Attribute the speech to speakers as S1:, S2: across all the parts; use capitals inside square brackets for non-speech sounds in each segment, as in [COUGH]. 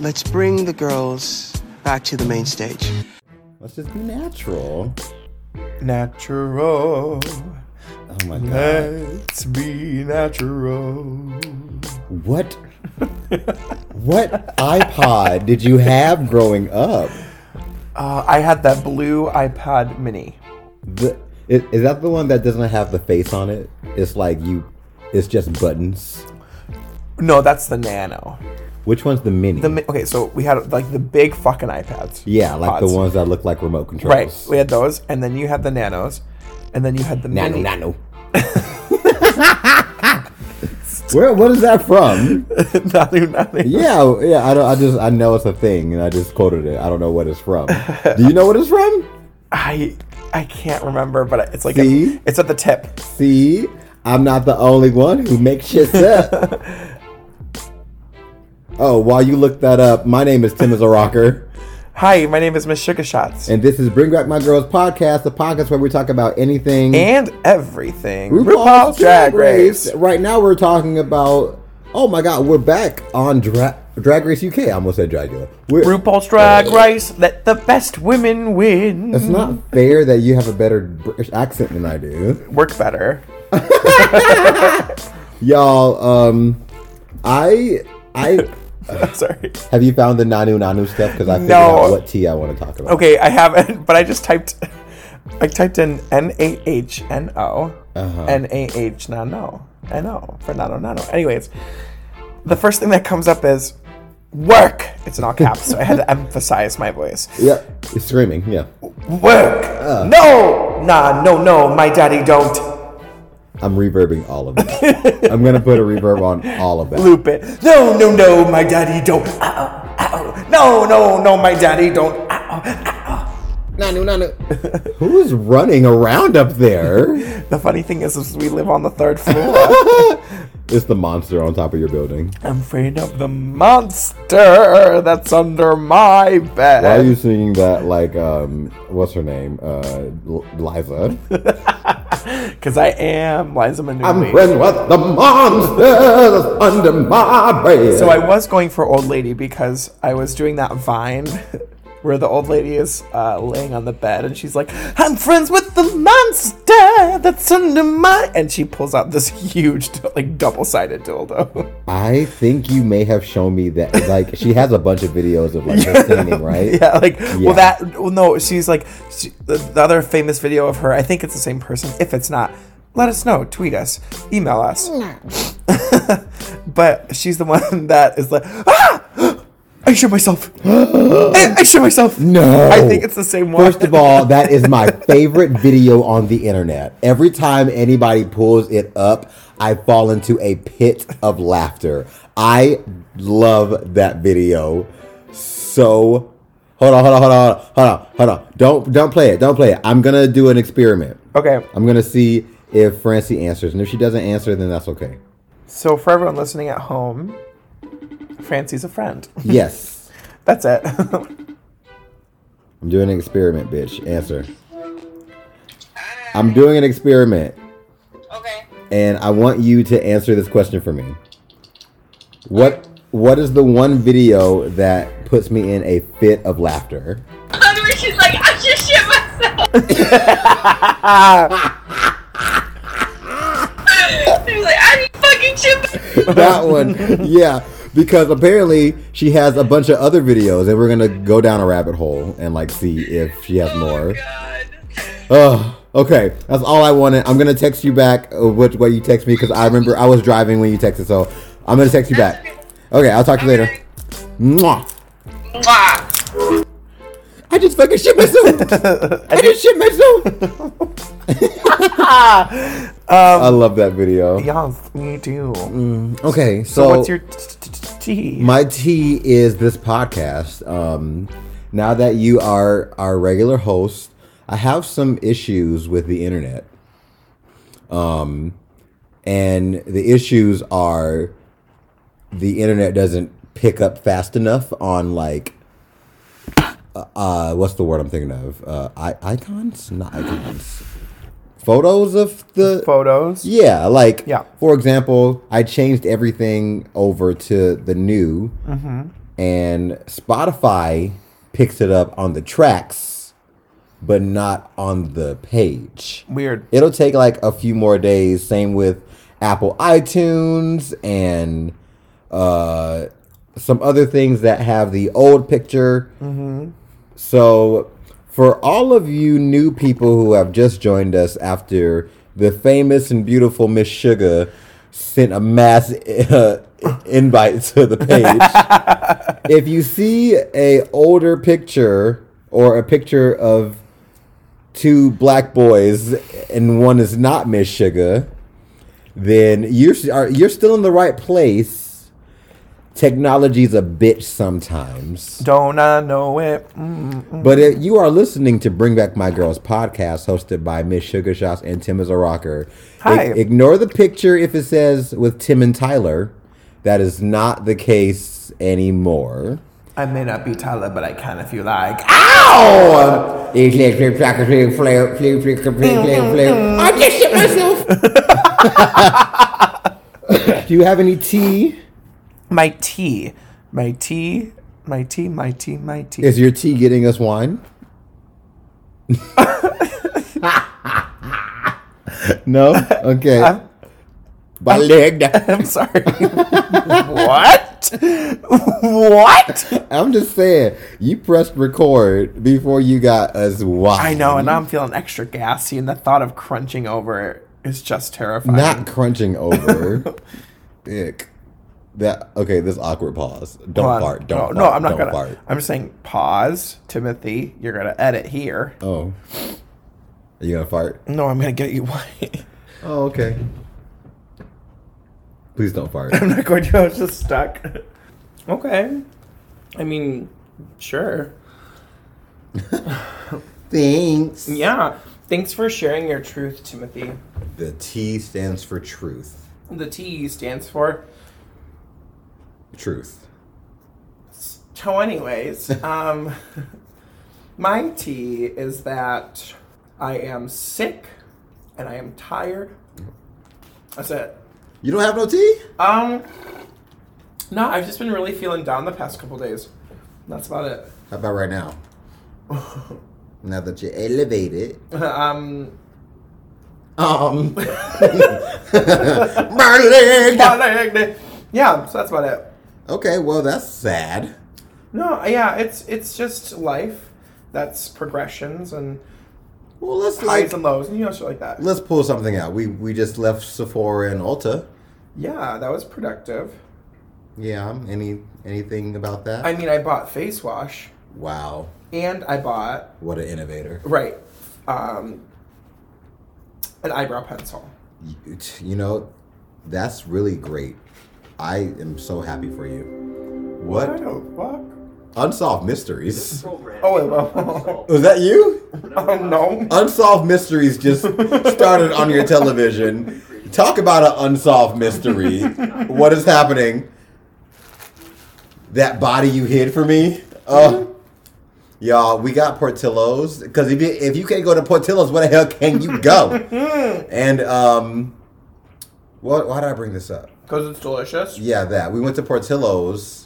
S1: Let's bring the girls back to the main stage.
S2: Let's just be natural.
S3: Natural.
S2: Oh my god.
S3: Let's be natural.
S2: What? what iPod did you have growing up?
S3: Uh, I had that blue iPad mini.
S2: The, is, is that the one that doesn't have the face on it? It's like you. It's just buttons.
S3: No, that's the Nano.
S2: Which one's the mini?
S3: The mi- okay, so we had like the big fucking iPads.
S2: yeah, like
S3: Pods.
S2: the ones that look like remote controls.
S3: Right, we had those, and then you had the Nanos, and then you had the
S2: Nano,
S3: mini. [LAUGHS]
S2: nano. Where? What is that from?
S3: [LAUGHS] Nano, nano.
S2: Yeah, yeah. I don't. I just. I know it's a thing, and I just quoted it. I don't know what it's from. Do you know what it's from?
S3: I I can't remember, but it's like
S2: See?
S3: a, it's at the tip.
S2: See, I'm not the only one who makes
S3: [LAUGHS]
S2: shit up. oh, while you look that up, my name is Tim as a rocker,
S3: Hi, my name is Miss Sugar Shots, and,
S2: and this is Bring Back My Girls podcast, the podcast where we talk about anything.
S3: everything RuPaul's Drag Race.
S2: Right now, we're talking about. Oh my God, we're back on Dra- Drag Race UK. I almost said Dragula. We're,
S3: RuPaul's Drag Race. Let the best women
S2: [LAUGHS]
S3: win.
S2: it's not fair that you have a better British accent than I do.
S3: Work better.
S2: Y'all, um, I, I
S3: Sorry.
S2: Have you found the Nanu Nanu stuff? Because I figured
S3: No.
S2: out what tea I want to talk about.
S3: Okay, I haven't, [LAUGHS] but I just typed. I typed in N A H N O N A H Nano Nano for Nano Nano. Anyways, the first thing that comes up is work. It's in all caps, so I had to emphasize my voice.
S2: Yeah, it's screaming. Yeah,
S3: Work. No, nah, no, no. My daddy don't
S2: I'm reverbing all of it. I'm gonna put a reverb on all of that.
S3: loop it. No, no, no. My daddy don't. Uh-oh, uh-oh. No, no, no. My daddy don't. Uh-oh.
S2: Nanu Nanu. Who is running around up there?
S3: The funny thing is, is we live on the third
S2: [LAUGHS]
S3: floor.
S2: It's the monster on top of your building.
S3: I'm afraid of the monster that's under my bed.
S2: Why are you singing that like um what's her name uh L- Liza?
S3: Because I am Liza Minnelli.
S2: I'm friends with the monster that's under my bed.
S3: so I was going for old lady because I was doing that vine [LAUGHS] where the old lady is uh, laying on the bed and she's like, "I'm friends with the monster that's under my," and she pulls out this huge, [LAUGHS] like, double-sided dildo. [LAUGHS]
S2: I think you may have shown me that like she has a bunch of videos of like her singing, right?
S3: Yeah, like
S2: Yeah.
S3: well, that well, no, she's like she, the, the other famous video of her. I think it's the same person. If it's not, let us know. Tweet us, email us. [LAUGHS] but she's the one [LAUGHS] that is like, ah, I shit myself. [GASPS] I, I shit myself.
S2: No.
S3: I think it's the same one.
S2: First of all, that is my favorite video on the internet. Every time anybody pulls it up, I fall into a pit of laughter. I love that video so Hold on, hold on, hold on, hold on, hold on. Don't don't play it. Don't play it. I'm gonna do an experiment.
S3: okay,
S2: I'm gonna see if Francie answers. And if she doesn't answer, then that's okay.
S3: so for everyone listening at home, Francie's a friend. [LAUGHS]
S2: Yes.
S3: That's it. [LAUGHS]
S2: I'm doing an experiment, bitch. Answer. I'm doing an experiment.
S4: Okay. [LAUGHS]
S2: and I want you to answer this question for me. What what is the one video that puts me in a fit of laughter? [LAUGHS]
S4: I'm where she's like, I just shit myself. [LAUGHS] She's like, I need fucking shit. myself."
S2: that one. Yeah, because apparently she has a bunch of other videos and we're going to go down a rabbit hole and like see if she has
S4: Oh
S2: more.
S4: god.
S2: Oh, okay. That's all I wanted. I'm going to text you back uh, what what you text me cuz I remember I was driving when you texted, so I'm going to text you back. Okay, I'll talk to you later. Mwah.
S4: Mwah.
S2: I just fucking shit [LAUGHS] myself. I just shit myself. [LAUGHS] Um, I love that video.
S3: yes, me too.
S2: Okay, so,
S3: So what's your t- t- t- tea?
S2: my tea is this podcast. Um, now that you are our regular host, I have some issues with the internet. Um, and the issues are the internet doesn't pick up fast enough on like uh, what's the word I'm thinking of? Uh, I- icons, not icons. Photos of the
S3: Photos.
S2: yeah, like
S3: Yeah.
S2: For example, I changed everything over to the new and Spotify picks it up on the tracks, but not on the page.
S3: Weird.
S2: It'll take like a few more days. Same with Apple iTunes and uh, some other things that have the old picture. So, for all of you new people who have just joined us after the famous and beautiful Miss Sugar sent a mass [LAUGHS] uh, invite to the page, if you see a older picture or a picture of two black boys and one is not Miss Sugar, then you're are- you're still in the right place. Technology's a bitch sometimes.
S3: Don't I know it? Mm.
S2: But if you are listening to Bring Back My Girls podcast, hosted by Miss Sugar Shots and Tim is a Rocker.
S3: Hi.
S2: Ig- ignore the picture if it says with Tim and Tyler. That is not the case anymore.
S3: I may not be Tyler, but I can if you like. Ah,
S2: Ow! I just shit myself. [LAUGHS] Do you have any tea?
S3: My tea. My tea. My tea. My tea. My tea.
S2: Is your tea getting us wine? [LAUGHS] no? Okay.
S3: I'm-
S2: Uh, My leg.
S3: [LAUGHS] I'm sorry. what? what?
S2: I'm just saying, you pressed record before you got us wine.
S3: I know, and now I'm feeling extra gassy, and the thought of crunching over it is just terrifying.
S2: not crunching
S3: [LAUGHS]
S2: over. Ick. That okay? This awkward pause. Don't
S3: Hold on.
S2: fart. Don't.
S3: no,
S2: fart,
S3: no, I'm not
S2: don't
S3: gonna.
S2: Fart.
S3: I'm just saying, pause, Timothy. You're gonna edit here.
S2: Oh, are you gonna fart?
S3: No, I'm gonna get you [LAUGHS] wine.
S2: Oh, okay. Please don't fart.
S3: I'm not going to. I was just stuck. [LAUGHS] okay. I mean, sure.
S2: [COUGHS] Thanks.
S3: Yeah. Thanks for sharing your truth, Timothy.
S2: The T stands for truth.
S3: The T stands for
S2: Truth.
S3: So, anyways, um, my tea is that I am sick and I am tired. That's it.
S2: You don't have no T?
S3: Um, no, I've just been really feeling down the past couple days. That's about it. [LAUGHS]
S2: How about right [LAUGHS] now? now that you're elevated.
S3: um,
S2: Um. [LAUGHS] My leg.
S3: [LAUGHS] yeah, so that's about it.
S2: Okay, well that's sad.
S3: No, yeah, it's it's just life. That's progressions and
S2: Well, let's
S3: highs
S2: like
S3: and lows and you know shit like that.
S2: let's pull something out. We we just left Sephora and Ulta.
S3: Yeah, that was productive.
S2: Yeah. Any anything about that?
S3: I mean, I bought face wash
S2: wow.
S3: and I bought
S2: What an innovator.
S3: Right. Um, an eyebrow pencil.
S2: You, you know, that's really great. I am so happy for you.
S3: I
S2: What
S3: don't fuck.
S2: unsolved mysteries? [LAUGHS]
S3: Oh, wait, well.
S2: Was that you?
S3: [LAUGHS] oh no.
S2: Unsolved mysteries just started on your television. Talk about an unsolved mystery. what is happening? That body you hid for me. Uh, y'all, we got Portillo's because if you, if you can't go to Portillo's, where the hell can you go? and um, what? Why did I bring this up?
S3: Because it's delicious.
S2: Yeah, that. We went to Portillo's.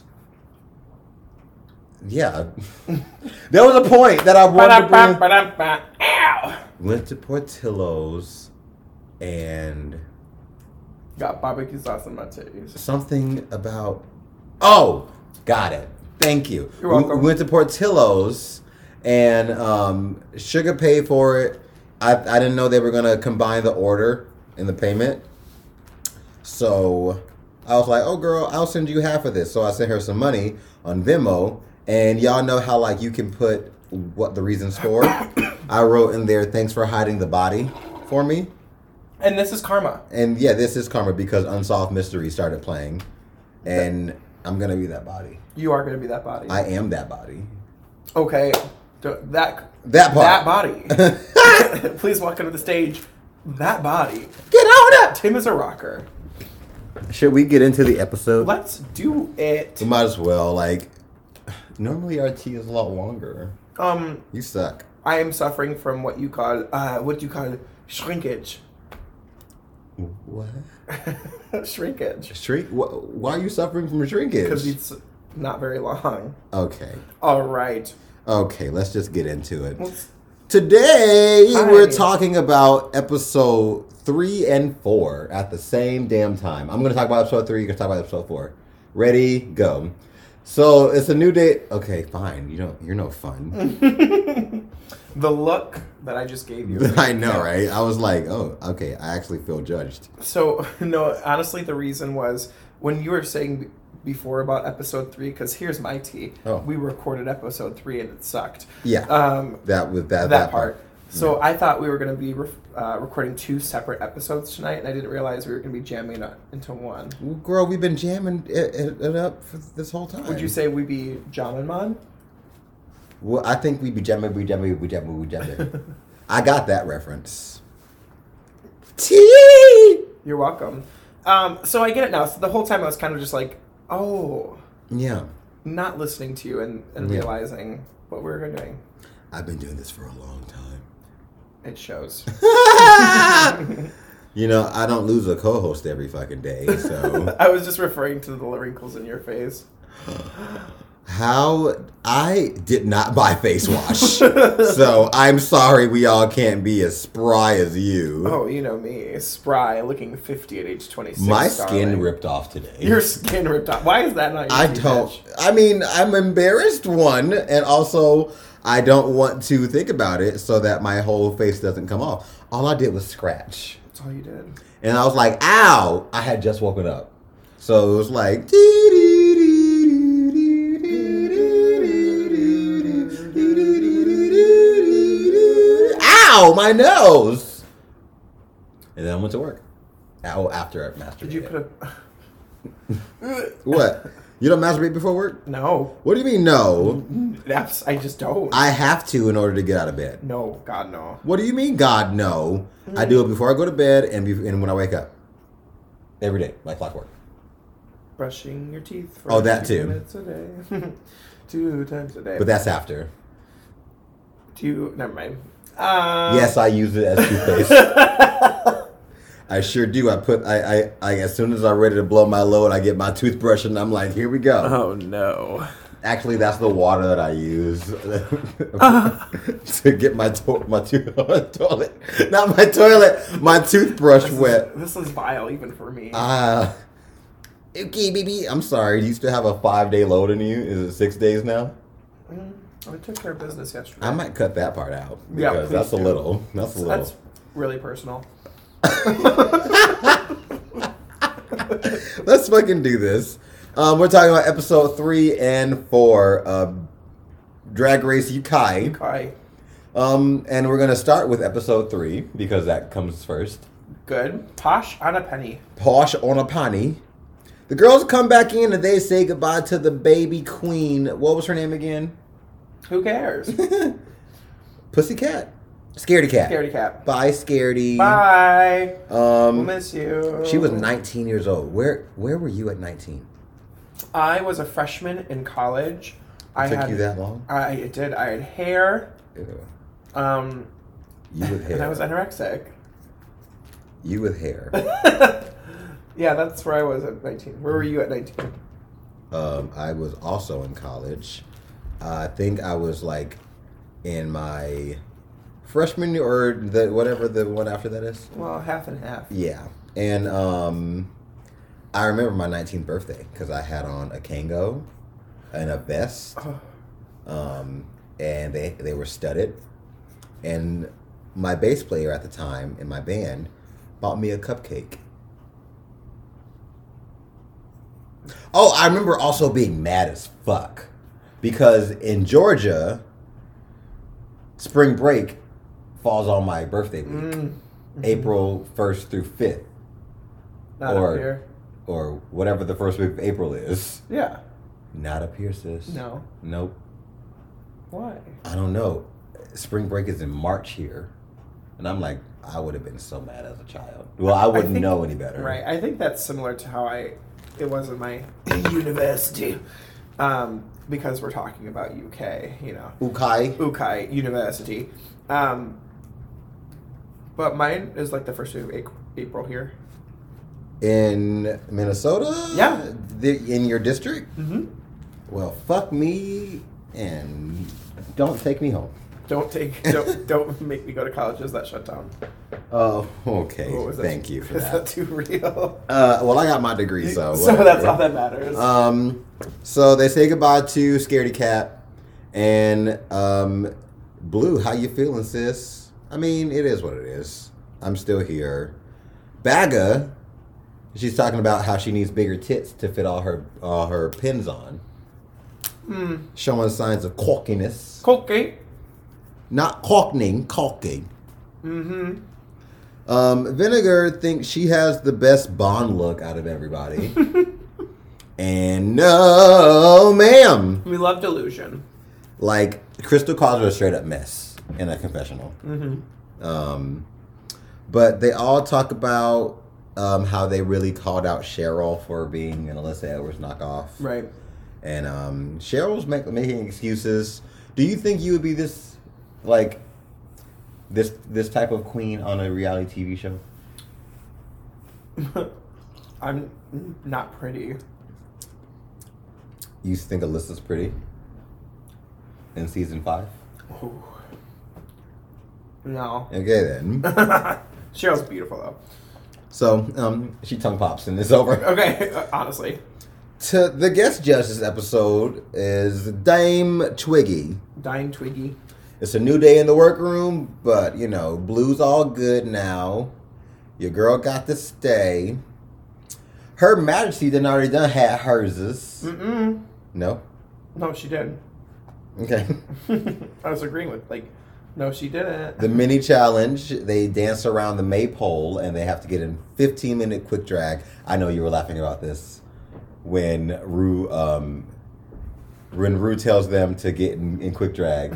S2: Yeah. [LAUGHS] there was a point that I wanted to bring.
S3: Ba-dum-ba-dum-ba. Ow!
S2: Went to Portillo's and
S3: Got barbecue sauce in my titties.
S2: something about. Oh, got it. Thank you.
S3: You're
S2: We-
S3: welcome.
S2: We went to Portillo's and um, Sugar paid for it. I, I didn't know they were going to combine the order and the payment. So I was like, "Oh, girl, I'll send you half of this." So I sent her some money on Venmo, and y'all know how like you can put what the reasons for. [COUGHS] I wrote in there, "Thanks for hiding the body for me,"
S3: And this is karma.
S2: and yeah, this is karma because Unsolved Mystery started playing, and I'm gonna be that body.
S3: You are going to be that body.
S2: I am that body.
S3: okay. D- That.
S2: That part.
S3: That
S2: [LAUGHS]
S3: body. [LAUGHS] Please walk onto the stage. That body.
S2: Get on up.
S3: Tim is a rocker.
S2: [LAUGHS] Should we get into the episode?
S3: Let's do it.
S2: We might as well. Like, normally our tea is a lot longer.
S3: Um,
S2: You suck.
S3: I am suffering from what you call, uh, what you call shrinkage. [LAUGHS]
S2: What?
S3: shrinkage.
S2: Shrink? Wh- why are you suffering from shrinkage?
S3: Because it's not very long.
S2: Okay.
S3: All right.
S2: Okay, let's just get into it.
S3: Let's-
S2: Today
S3: Hi.
S2: we're talking about episode three and four at the same damn time. I'm gonna talk about episode three. You're gonna talk about episode four. Ready? Go. So it's a new day. Okay, fine. You don't. You're no
S3: [LAUGHS]
S2: fun. [LAUGHS]
S3: The look that I just
S2: [LAUGHS]
S3: gave you.
S2: I know, right? I was like, oh, okay. I actually feel judged.
S3: So [LAUGHS] no, honestly, the reason was when you were saying b- before about episode three. Because here's my tea.
S2: Oh.
S3: We recorded episode three and it sucked.
S2: Yeah.
S3: Um,
S2: That was that.
S3: that, part. So I thought we were going to be re- uh, recording two separate episodes tonight, and I didn't realize we were going to be jamming it up into one.
S2: Well, Girl, we've been jamming it, it, it up for this whole time.
S3: Would you say we be jamming man?
S2: Well, I think we be jamming, we jamming, we jamming, we
S3: [LAUGHS]
S2: jamming. I got that reference. T.
S3: You're welcome. Um, so I get it now. So the whole time I was kind of just like, oh,
S2: Yeah,
S3: not listening to you and, and
S2: Yeah.
S3: realizing what we were doing.
S2: I've been doing this for a long time. [LAUGHS]
S3: It shows.
S2: you know, I don't lose a co-host every fucking day.
S3: [LAUGHS]
S2: So
S3: I was just referring to the wrinkles in your face.
S2: how I did not buy face wash. so I'm sorry, we all can't be as spry as you.
S3: Oh, you know me, spry, looking 50 at age 26.
S2: My skin
S3: darling.
S2: ripped off today.
S3: Your skin ripped off. Why is that not your
S2: I
S3: key,
S2: don't.
S3: bitch?
S2: I mean, I'm embarrassed one, and also I don't want to think about it so that my whole face doesn't come off. All I did was scratch,
S3: That's all you did.
S2: and I was like, "Ow!" I had just woken up, so it was like. Ow, my nose! And then I went to work. Ow, after I masturbated.
S3: Did you put a. [SIGHS]
S2: What? You don't masturbate before work?
S3: No.
S2: What do you mean no?
S3: That's, I just don't.
S2: I have to in order to get out of bed.
S3: no, God, no.
S2: What do you mean God no? I do it before I go to bed and be, and when I wake up. Every day, like clockwork.
S3: Brushing your teeth for
S2: Oh, that
S3: two
S2: too.
S3: minutes a day. [LAUGHS] two times a day.
S2: But that's after.
S3: Two. Never mind. Uh,
S2: Yes, I use it as
S3: [LAUGHS]
S2: toothpaste. I sure do. I put I, I I as soon as I'm ready to blow my load, I get my toothbrush and I'm like, here we go.
S3: Oh, no.
S2: Actually, that's the water that I use
S3: Uh-huh.
S2: [LAUGHS] to get my to- my to- [LAUGHS] toilet, not my toilet, my toothbrush wet.
S3: This is vile, even for me.
S2: Ah, okay, baby. I'm sorry. Do you still have a five day load in you? Is it six days now?
S3: Mm, I took care of business yesterday.
S2: I might cut that part out
S3: Yeah,
S2: because
S3: please
S2: that's a
S3: do.
S2: little. That's a little.
S3: That's really personal.
S2: Let's fucking do this. Um, we're talking about episode three and four of Drag Race Yukai.
S3: Okay.
S2: Um, and we're gonna start with episode three because that comes first.
S3: Good. Posh on a penny.
S2: Posh on a pani. The girls come back in and they say goodbye to the baby queen. What was her name again? [LAUGHS]
S3: Who cares?
S2: Pussycat. Scaredy cat.
S3: Scaredy cat.
S2: Bye, Scaredy.
S3: Bye. We'll
S2: Um,
S3: miss you.
S2: she was 19 years old. Where where were you at 19?
S3: I was a freshman in college. I
S2: took
S3: had,
S2: you that long?
S3: I it did. I had hair.
S2: Ew.
S3: Um,
S2: You with
S3: and I
S2: hair.
S3: was anorexic.
S2: you with hair.
S3: Yeah, that's where I was at 19. Where were you at 19?
S2: um, I was also in college. I think I was like in my freshman or the whatever the one after that is.
S3: Well, half and half.
S2: Yeah, and um, I remember my 19th birthday because I had on a kango and a vest, um, and they they were studded. And my bass player at the time in my band bought me a cupcake. Oh, I remember also being mad as fuck because in Georgia, spring break falls on my birthday week.
S3: Mm,
S2: April 1st through 5th,
S3: not
S2: Or-
S3: up here.
S2: or whatever the first week of April is.
S3: Yeah.
S2: Not up here, sis.
S3: No.
S2: Nope.
S3: Why?
S2: I don't know. Spring break is in March here. And I'm like, I would have been so mad as a child. Well, I wouldn't
S3: think-
S2: know any better.
S3: Right. I think that's similar to how I it was
S2: [LAUGHS]
S3: in my university. Um, because we're talking about UK, you know.
S2: Ukai.
S3: Ukai University. Um, but mine is like the first week of Ac- April here.
S2: In Minnesota?
S3: Yeah.
S2: The, in your district?
S3: Mm-hmm.
S2: Well, fuck me and don't take me home. [LAUGHS]
S3: Don't take don't don't make me go to colleges that shut down.
S2: Oh, okay.
S3: What was that?
S2: Thank you for
S3: [LAUGHS] Is that
S2: that.
S3: too real?
S2: Uh, well, I got my degree, [LAUGHS] so
S3: [LAUGHS] so that's
S2: whatever.
S3: all that matters.
S2: Um, so they say goodbye to Scaredy Cat and um, Blue. How you feeling, sis? I mean, it is what it is. I'm still here. Bagga, she's talking about how she needs bigger tits to fit all her all her pins on, showing signs of caulkiness.
S3: Cocaine.
S2: Not caulking, caulking. Mm-hmm. Um, Vinegar thinks she has the best Bond look out of [LAUGHS] everybody. and no, ma'am.
S3: We love delusion.
S2: Like, Crystal calls her a straight up mess in a confessional. Mm-hmm. Um, but they all talk about um, how they really called out Cheryl for being an Alyssa Edwards knockoff.
S3: Right.
S2: And um, Cheryl's make, making excuses. Do you think you would be this, like, this this type of queen on a reality TV show?
S3: [LAUGHS] I'm not pretty.
S2: You think Alyssa's pretty in season five?
S3: Ooh. No.
S2: Okay then. [LAUGHS]
S3: [LAUGHS] Cheryl's beautiful though.
S2: so um, she tongue pops and it's over. [LAUGHS]
S3: Okay, [LAUGHS] honestly.
S2: To the guest judge this episode is Dame Twiggy.
S3: Dying Twiggy.
S2: It's a new day in the workroom, but you know, blue's all good now. Your girl got to stay. Her Majesty done already done had herses.
S3: Mm-mm.
S2: No?
S3: No, she did.
S2: Okay. [LAUGHS]
S3: [LAUGHS] I was agreeing with like, no, she didn't.
S2: [LAUGHS] the mini challenge, they dance around the maypole and they have to get in 15 minute quick drag. I know you were laughing about this when Rue um when Rue tells them to get in, in quick drag.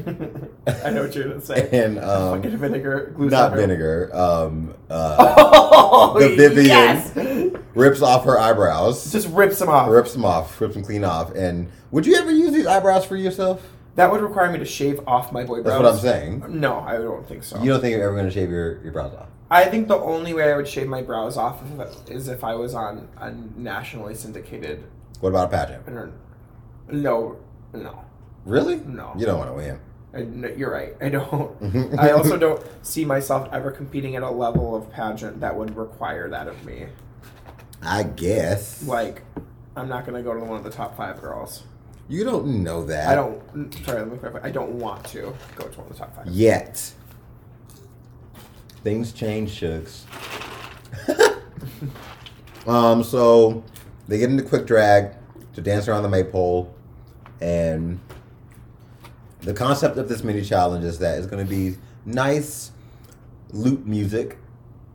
S3: I know what you're gonna say.
S2: [LAUGHS] And, um,
S3: Fucking vinegar glues
S2: Not
S3: [LAUGHS] on her.
S2: vinegar. Um uh
S3: Oh, [LAUGHS]
S2: The Vivian.
S3: yes!
S2: rips off her eyebrows.
S3: Just rips them off.
S2: rips them off, rips them clean off. And would you ever use these eyebrows for yourself?
S3: That would require me to shave off my boy
S2: That's
S3: brows.
S2: what I'm saying.
S3: No, I don't think so.
S2: You don't think you're ever going to shave your, your brows off?
S3: I think the only way I would shave my brows off if- is if I was on a nationally syndicated.
S2: What about a pageant?
S3: inter- No, no.
S2: Really?
S3: No.
S2: You don't want to win.
S3: I, no, you're right. I
S2: Mm-hmm.
S3: don't. I
S2: [LAUGHS]
S3: also don't see myself ever competing at a level of pageant that would require that of me.
S2: I guess.
S3: Like, I'm not gonna go to one of the top five girls.
S2: You don't know that.
S3: I don't. mm, Sorry, let me clarify. I don't want to go to one of the top five.
S2: Yet. Things change, Shucks. [LAUGHS] um, so they get into quick drag to dance around the maypole. And the concept of this mini challenge is that it's going to be nice loop music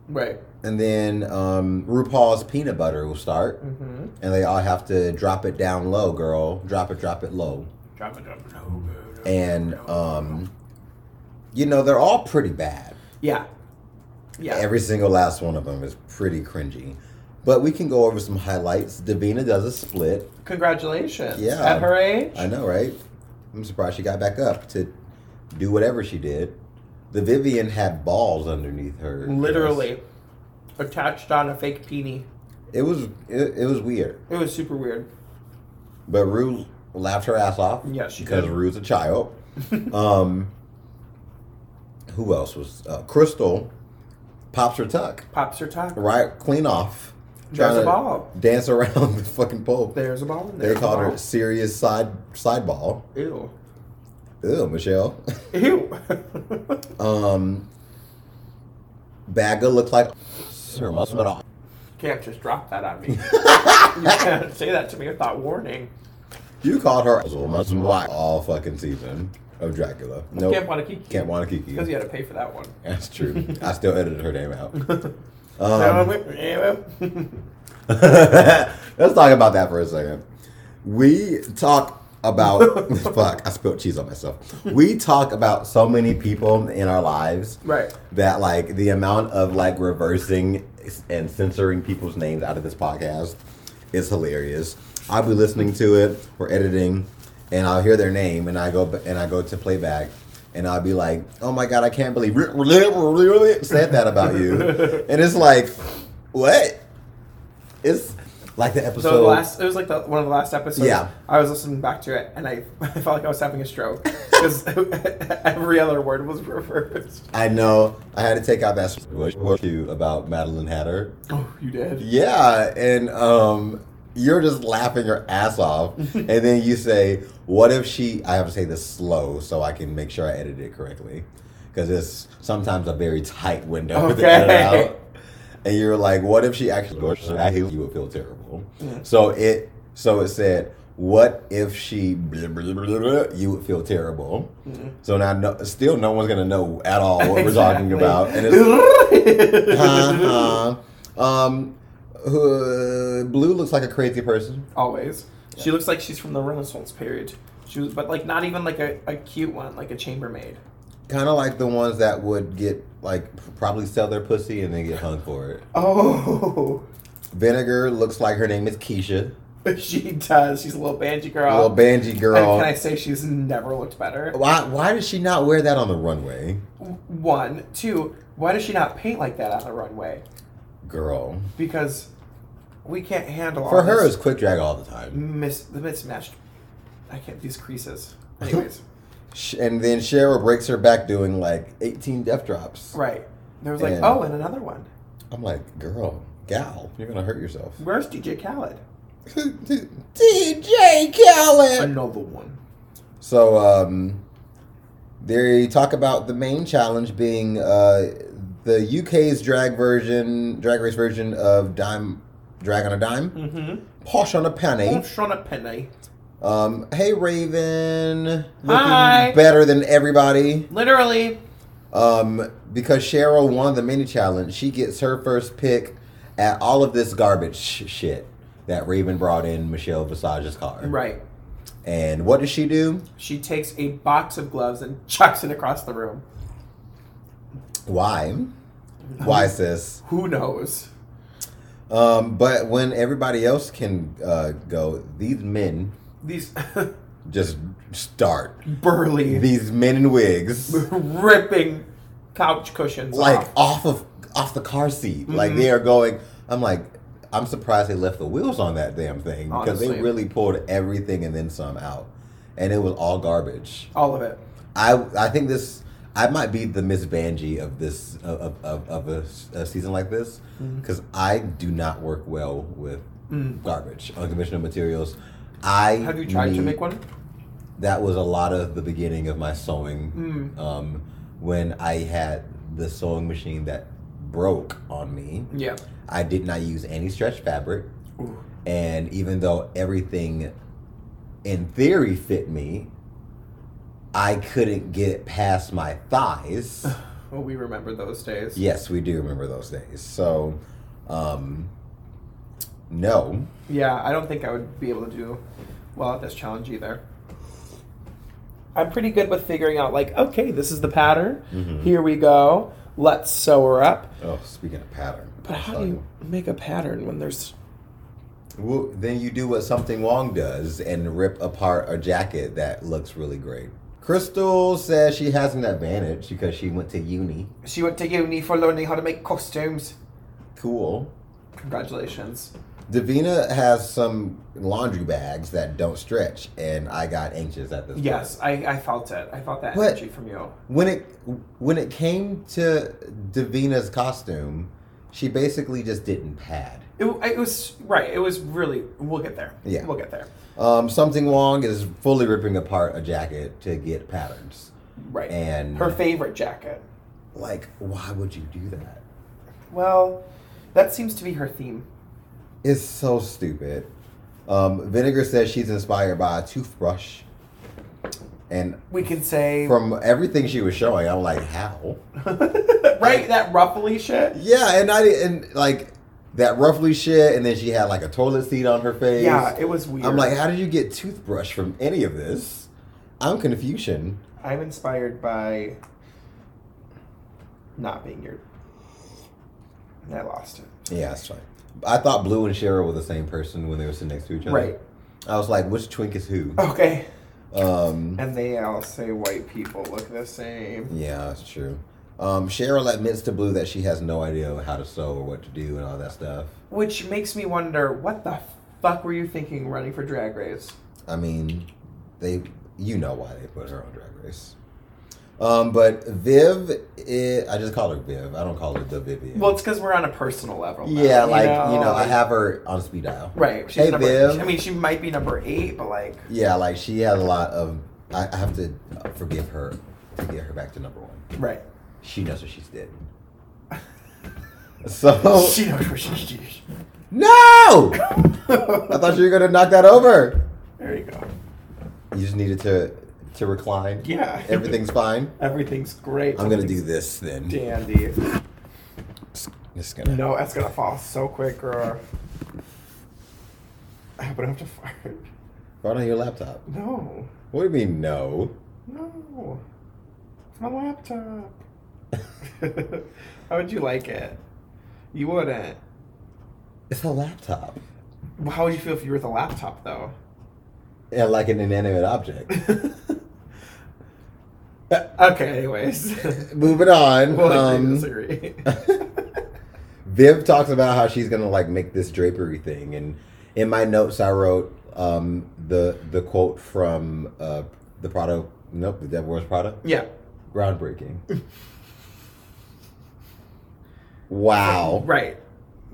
S3: Right.
S2: And then um, RuPaul's peanut butter will start,
S3: Mm-hmm.
S2: and they all have to drop it down low, girl. Drop it, drop it low.
S3: Drop it up. No, no, no.
S2: And um, you know they're all pretty bad.
S3: Yeah. Yeah.
S2: Every single last one of them is pretty cringy. But we can go over some highlights. Davina does a split.
S3: Congratulations.
S2: Yeah.
S3: At her age.
S2: I know, right? I'm surprised she got back up to do whatever she did. The Vivian had balls underneath her.
S3: Literally attached on a fake peony.
S2: It was it, it was weird.
S3: It was super weird.
S2: But Rue laughed her ass off.
S3: Yeah, she
S2: because
S3: did.
S2: Rue's a
S3: [LAUGHS]
S2: child. um, who else was uh, Crystal? Pops her tuck
S3: Pops her top.
S2: right clean off.
S3: There's
S2: trying
S3: a
S2: to
S3: ball.
S2: Dance around [LAUGHS] the fucking pole.
S3: There's a ball. and
S2: They
S3: there's a
S2: called
S3: ball.
S2: her serious side side ball.
S3: Ew.
S2: Ew, Michelle. [LAUGHS]
S3: Ew. [LAUGHS]
S2: um, Bagga looked like Sir Muslim.
S3: can't just drop that on
S2: [LAUGHS]
S3: me. you can't say that to me without warning.
S2: You called her Sir Muslim all fucking season of Dracula. No,
S3: Can't want to keep
S2: Oh. can't want to keep
S3: because you had to pay for that one.
S2: That's true. I still edited her name
S3: [LAUGHS]
S2: out.
S3: That one
S2: Um,
S3: went- ew.
S2: [LAUGHS] let's talk about that for a second. We talk about [LAUGHS] fuck. I spilled cheese on myself. We talk about so many people in our lives,
S3: right.
S2: That like the amount of like reversing and censoring people's names out of this podcast is hilarious. I'll be listening to it. We're editing, and I'll hear their name, and I go b- and I go to playback. And I'll be like, "Oh my god, I can't believe [LAUGHS] said that about you," and it's like, "What?" It's Like the
S3: So,
S2: episode.
S3: the last, it was like the, one of the last episodes.
S2: Yeah.
S3: I was listening back to it, and I, [LAUGHS] I felt like I was having a stroke because [LAUGHS] every other word was reversed.
S2: [LAUGHS] I know. I had to take out that what what you about Madeline Hatter.
S3: Oh, you did.
S2: Yeah, and um, you're just laughing your ass off, and then you say, "What if she?" I have to say this slow so I can make sure I edit it correctly, because it's sometimes a very tight window [LAUGHS] to edit
S3: Okay.
S2: out. And you're like, "What if she actually?" I hate you would feel terrible. So it so it said. What if she? Blah, blah, blah, blah, you would feel terrible. So now, no, still, no one's gonna know at all what we're talking
S3: [LAUGHS] Exactly.
S2: about, and it's
S3: [LAUGHS]
S2: uh-huh. Um, uh, Blue looks like a crazy person.
S3: Always. She looks like she's from the Renaissance period. She was, but like not even like a, a cute one, like a chambermaid.
S2: Kind of like the ones that would get like probably sell their pussy and then get hung for it.
S3: Oh,
S2: Vinegar looks like her name is Keisha,
S3: she does. She's a little banshee girl.
S2: little banji girl.
S3: And can I say she's never looked better?
S2: why? Why did she not wear that on the runway,
S3: One, two. Why does she not paint like that on the runway?
S2: girl?
S3: Because we can't handle all
S2: For her,
S3: this
S2: it's quick drag all the time.
S3: mis- the mismatched. I can't
S2: [LAUGHS]
S3: these creases. Anyways,
S2: Sh- And then Cheryl breaks her back doing like 18 death drops.
S3: right. There was like,
S2: And-
S3: oh, and another one.
S2: I'm like, girl, gal, you're gonna hurt yourself. [LAUGHS]
S3: Where's DJ Khaled?
S2: DJ Khaled.
S3: Another one.
S2: So um, they talk about the main challenge being uh, the UK's drag version, drag race version of Dime, Drag on a Dime,
S3: Mm-hmm.
S2: Posh on a Penny.
S3: Sean a penny.
S2: Um, hey Raven, looking
S3: Hi.
S2: better than everybody.
S3: Literally.
S2: Um, because Cheryl won the mini challenge, she gets her first pick at all of this garbage sh- shit that Raven brought in Michelle Visage's car.
S3: Right.
S2: And what does she do?
S3: She takes a box of gloves and chucks it across the room.
S2: Why? Why,
S3: Um,
S2: sis?
S3: Who knows?
S2: Um, but when everybody else can uh, go, these men
S3: These [LAUGHS]
S2: just start.
S3: Mm-hmm. burly,
S2: These men in wigs,
S3: ripping couch cushions.
S2: like
S3: off.
S2: off of off the car seat, like they are going. I'm like, I'm surprised they left the wheels on that damn thing because they
S3: Honestly.
S2: really pulled everything and then some out, and it was all garbage.
S3: all of it.
S2: I I think this I might be the Miss Banji of this of of, of a, s- a season like this
S3: Mm-hmm.
S2: because I do not work well with garbage unconventional materials. I
S3: Mm. Have you tried to
S2: need-
S3: make one?
S2: That was a lot of the beginning of my sewing.
S3: Mm.
S2: Um, when I had the sewing machine that broke on me,
S3: Yeah.
S2: I did not use any stretch fabric.
S3: Ooh.
S2: And even though everything in theory fit me, I couldn't get it past my
S3: [SIGHS]
S2: thighs.
S3: Well, we remember those days.
S2: yes, we do remember those days. So, um, no.
S3: Yeah, I don't think I would be able to do well at this challenge either. I'm pretty good with figuring out, like, okay, this is the pattern. Here we go. Let's sew her up.
S2: Oh, speaking of pattern.
S3: But how do you make a pattern when there's
S2: Well, then you do what something Wong does and rip apart a jacket that looks really great. Crystal says she has an advantage because she went to uni.
S3: She went to uni for learning how to make costumes.
S2: Cool.
S3: Congratulations.
S2: Davina has some laundry bags that don't stretch, and I got anxious at this. point.
S3: Yes, I, I felt it. I felt that
S2: What?
S3: energy from you.
S2: When it when it came to Davina's costume, she basically just didn't pad.
S3: It, w- it was right. It was really. We'll get there.
S2: Yeah.
S3: we'll get there.
S2: Um, something Wong is fully ripping apart a jacket to get patterns,
S3: Right.
S2: and
S3: her favorite jacket.
S2: like, why would you do that?
S3: Well, that seems to be her theme.
S2: It's so stupid. Um, Vinegar says she's inspired by a toothbrush, and
S3: We can say
S2: from everything she was showing, I'm like, how?
S3: [LAUGHS] right that ruffly shit.
S2: Yeah, and I didn't like that roughly shit, and then she had like a toilet seat on her face.
S3: Yeah, it was weird.
S2: I'm like, how did you get toothbrush from any of this? I'm Confucian.
S3: I'm inspired by not being your. I lost it.
S2: Yeah, that's fine. I thought Blue and Cheryl were the same person when they were sitting next to each other.
S3: Right.
S2: I was like, which twink is who?
S3: Okay.
S2: Um,
S3: And they all say white people look the same.
S2: yeah, that's true. Um, Cheryl admits to Blue that she has no idea how to sew or what to do and all that stuff.
S3: Which makes me wonder, what the fuck were you thinking running for Drag Race?
S2: I mean, they you know why they put her on Drag Race. Um, but Viv, i I just call her Viv. I don't call her the Vivian.
S3: Well, it's because we're on a personal level. now,
S2: yeah, like you know, I have her on speed dial.
S3: Right.
S2: Hey,
S3: number,
S2: Viv.
S3: I mean, she might be number eight, but like,
S2: Yeah, like she had a lot of. I, I have to forgive her to get her back to number one.
S3: right.
S2: She knows what she's did. So
S3: She knows where she [LAUGHS] is.
S2: no, I thought you were gonna knock that over.
S3: There you go.
S2: You just needed to to recline.
S3: Yeah.
S2: everything's fine.
S3: Everything's great.
S2: I'm gonna do this then.
S3: Dandy.
S2: Just gonna.
S3: No, that's gonna fall so quick, or I hope I don't have to fart.
S2: Right on your laptop.
S3: No,
S2: What do you mean no?
S3: no, it's my laptop. [LAUGHS] How would you like it? You wouldn't.
S2: It's a laptop.
S3: How would you feel if you were with a laptop, though?
S2: Yeah, like an inanimate object.
S3: [LAUGHS] okay. Anyways, [LAUGHS]
S2: Moving on.
S3: we'll
S2: um,
S3: agree disagree. [LAUGHS]
S2: Viv talks about how she's gonna like make this drapery thing, and in my notes I wrote um, the the quote from uh, the Prada. Nope, the Devil Wears Prada.
S3: yeah.
S2: Groundbreaking. wow.
S3: Right.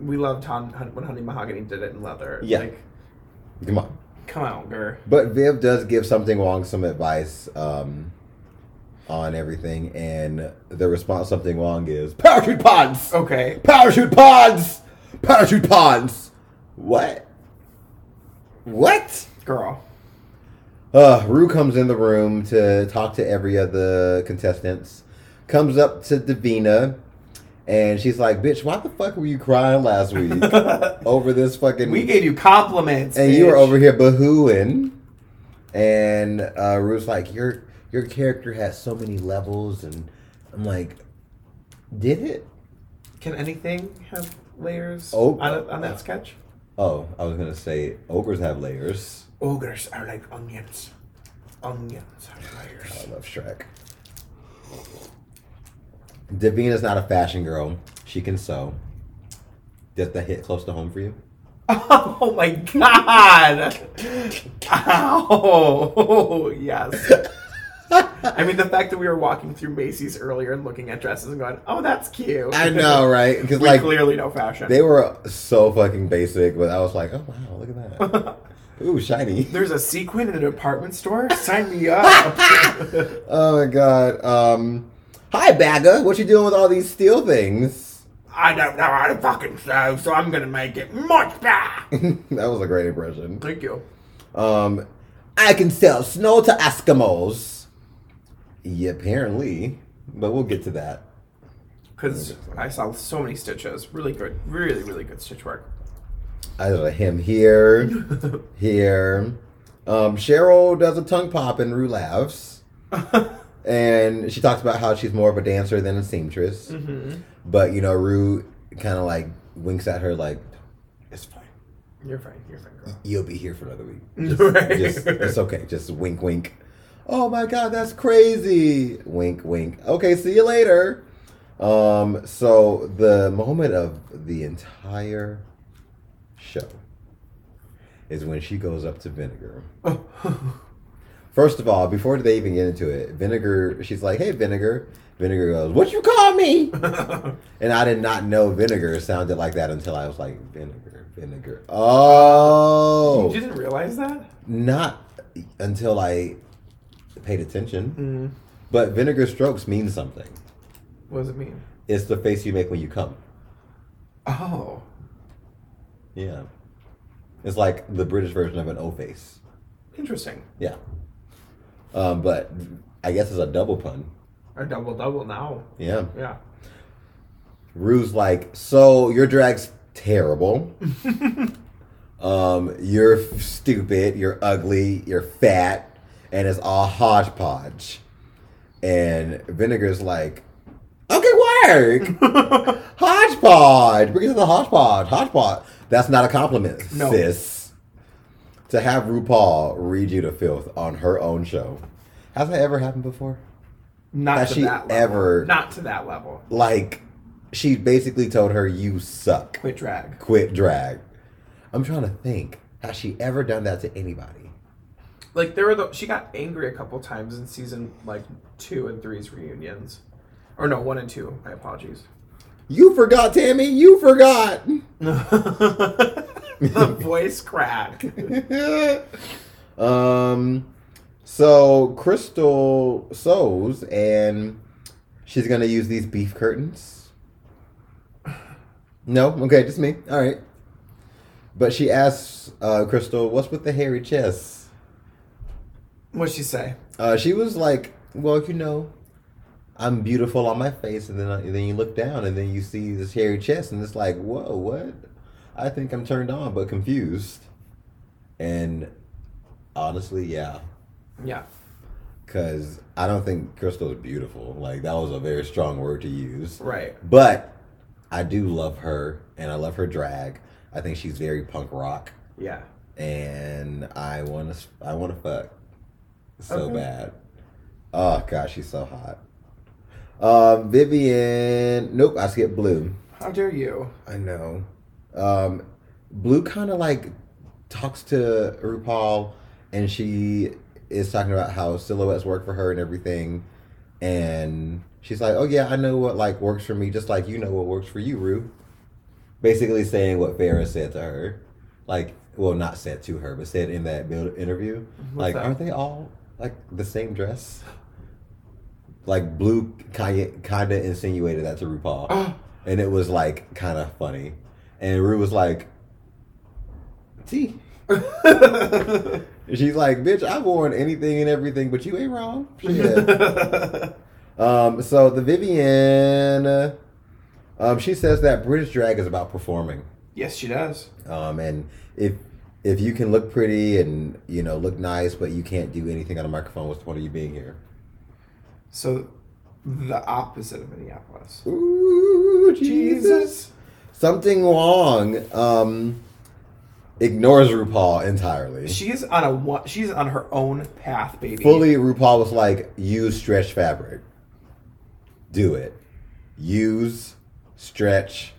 S3: We loved Hon- Hon- when Honey Mahogany did it in leather.
S2: Yeah.
S3: Like,
S2: Come on.
S3: come on, girl.
S2: But Viv does give something wrong some advice um, on everything, and the response something wrong is parachute pods,
S3: Okay.
S2: parachute pods, parachute pods. What? What?
S3: Girl.
S2: Uh, Rue comes in the room to talk to every other contestants. Comes up to Davina, and she's like, "Bitch, why the fuck were you crying last week over this fucking?"
S3: We gave you compliments.
S2: and you were
S3: bitch.
S2: over here boohooing, and uh, Ruth's like, "Your your character has so many levels," and I'm like, "Did it?"
S3: Can anything have layers
S2: Oh.
S3: on, a- on that sketch?
S2: Oh, I was gonna say ogres have layers.
S3: Ogres are like onions. Onions are layers.
S2: I love Shrek. Davina's not a fashion girl. She can sew. Did that hit close to home for you?
S3: [LAUGHS] Oh my god! Ow! [LAUGHS] Yes. I mean, the fact that we were walking through Macy's earlier and looking at dresses and going, "Oh, that's cute."
S2: I [LAUGHS] know, right? Because
S3: [LAUGHS] we
S2: like
S3: clearly no fashion.
S2: they were so fucking basic, but I was like, oh wow, look at that. [LAUGHS] Ooh, shiny.
S3: There's a sequin in a department store. Sign me up.
S2: [LAUGHS] Oh my god. Um, hi Bagga, what you doing with all these steel things? [LAUGHS]
S3: I don't know how to fucking sew, so I'm gonna make it much better.
S2: [LAUGHS] that was a great impression.
S3: Thank you.
S2: Um, I can sell snow to Eskimos. Yeah, apparently, but we'll get to that.
S3: because I saw so many stitches. Really good, really, really good stitch work.
S2: I saw him here, here. Um, Cheryl does a tongue pop and Rue laughs. and she talks about how she's more of a dancer than a seamstress. But, you know, Rue kind of like winks at her, like, it's fine.
S3: You're fine. You're fine, girl.
S2: You'll be here for another week. Just,
S3: Right.
S2: just- it's okay. Just wink, wink. Oh my God, that's crazy. Wink, wink. Okay, see you later. Um, so the moment of the entire show is when she goes up to Vinegar. First of all, before they even get into it, Vinegar, she's like, "Hey, Vinegar." Vinegar goes, "What you call me?" and I did not know Vinegar sounded like that until I was like, "Vinegar, Vinegar." Oh,
S3: You didn't realize that?
S2: not until I paid attention.
S3: Mm.
S2: But Vinegar strokes means something.
S3: What does it mean?
S2: It's the face you make when you come.
S3: Oh,
S2: Yeah, it's like the British version of an O face.
S3: interesting.
S2: Yeah, um, but I guess it's a double pun.
S3: A double double now.
S2: Yeah.
S3: Yeah.
S2: Rue's like, so your drag's terrible. um, you're f- stupid. You're ugly. You're fat, and it's all hodgepodge. And Vinegar's like, okay, work. hodgepodge. Bring it to the hodgepodge. Hodgepodge. That's not a compliment,
S3: No.
S2: sis. To have RuPaul read you to filth on her own show. Has that ever happened before?
S3: Not
S2: Has
S3: to
S2: she
S3: that level.
S2: ever-
S3: Not to that level.
S2: Like, she basically told her, "You suck.
S3: Quit drag.
S2: Quit drag." I'm trying to think. Has she ever done that to anybody?
S3: Like there were the she got angry a couple times in season like two and three's reunions, or no one and two. My apologies. [LAUGHS]
S2: You forgot, Tammy. You forgot. [LAUGHS]
S3: the voice [LAUGHS] crack.
S2: um, so Crystal sews, and she's gonna use these beef curtains. No, okay, just me. All right. But she asks uh, Crystal, "What's with the hairy chest?"
S3: What'd she say?
S2: Uh, she was like, "Well, you know, I'm beautiful on my face, and then I, then you look down, and then you see this hairy chest, and it's like, whoa, what? I think I'm turned on, but confused." And honestly, yeah,
S3: Yeah.
S2: because I don't think Crystal is beautiful. Like that was a very strong word to use,
S3: Right.
S2: but I do love her, and I love her drag. I think she's very punk rock,
S3: Yeah.
S2: and I want to I want to fuck so
S3: Okay.
S2: bad. Oh gosh, she's so hot. Um, Vivian, nope, I skipped Blue.
S3: How
S2: [LAUGHS]
S3: dare you? [LAUGHS]
S2: I know. Um, Blue kind of like talks to RuPaul, and she is talking about how silhouettes work for her and everything, and she's like, "Oh yeah, I know what like works for me, just like you know what works for you, Ru." Basically, saying what Farrah said to her, like, well, not said to her, but said in that build- interview, like,
S3: that?
S2: aren't they all like the same dress? Like Blue kind kind of insinuated that to RuPaul and it was like kind of funny. And Rue was like, "T." She's like, "Bitch, I've worn anything and everything, but you ain't wrong."
S3: [LAUGHS]
S2: Shit. um, so the Vivian, uh, um, she says that British drag is about performing,
S3: yes, she does.
S2: um, and if if you can look pretty and you know look nice, but you can't do anything on a microphone, what's the point of you being here?
S3: So, the opposite of Minneapolis.
S2: Ooh, Jesus. Something Wong um, ignores RuPaul entirely.
S3: She's on a one. She's on her own path, baby.
S2: Fully, RuPaul was like, use stretch fabric. Do it. Use stretch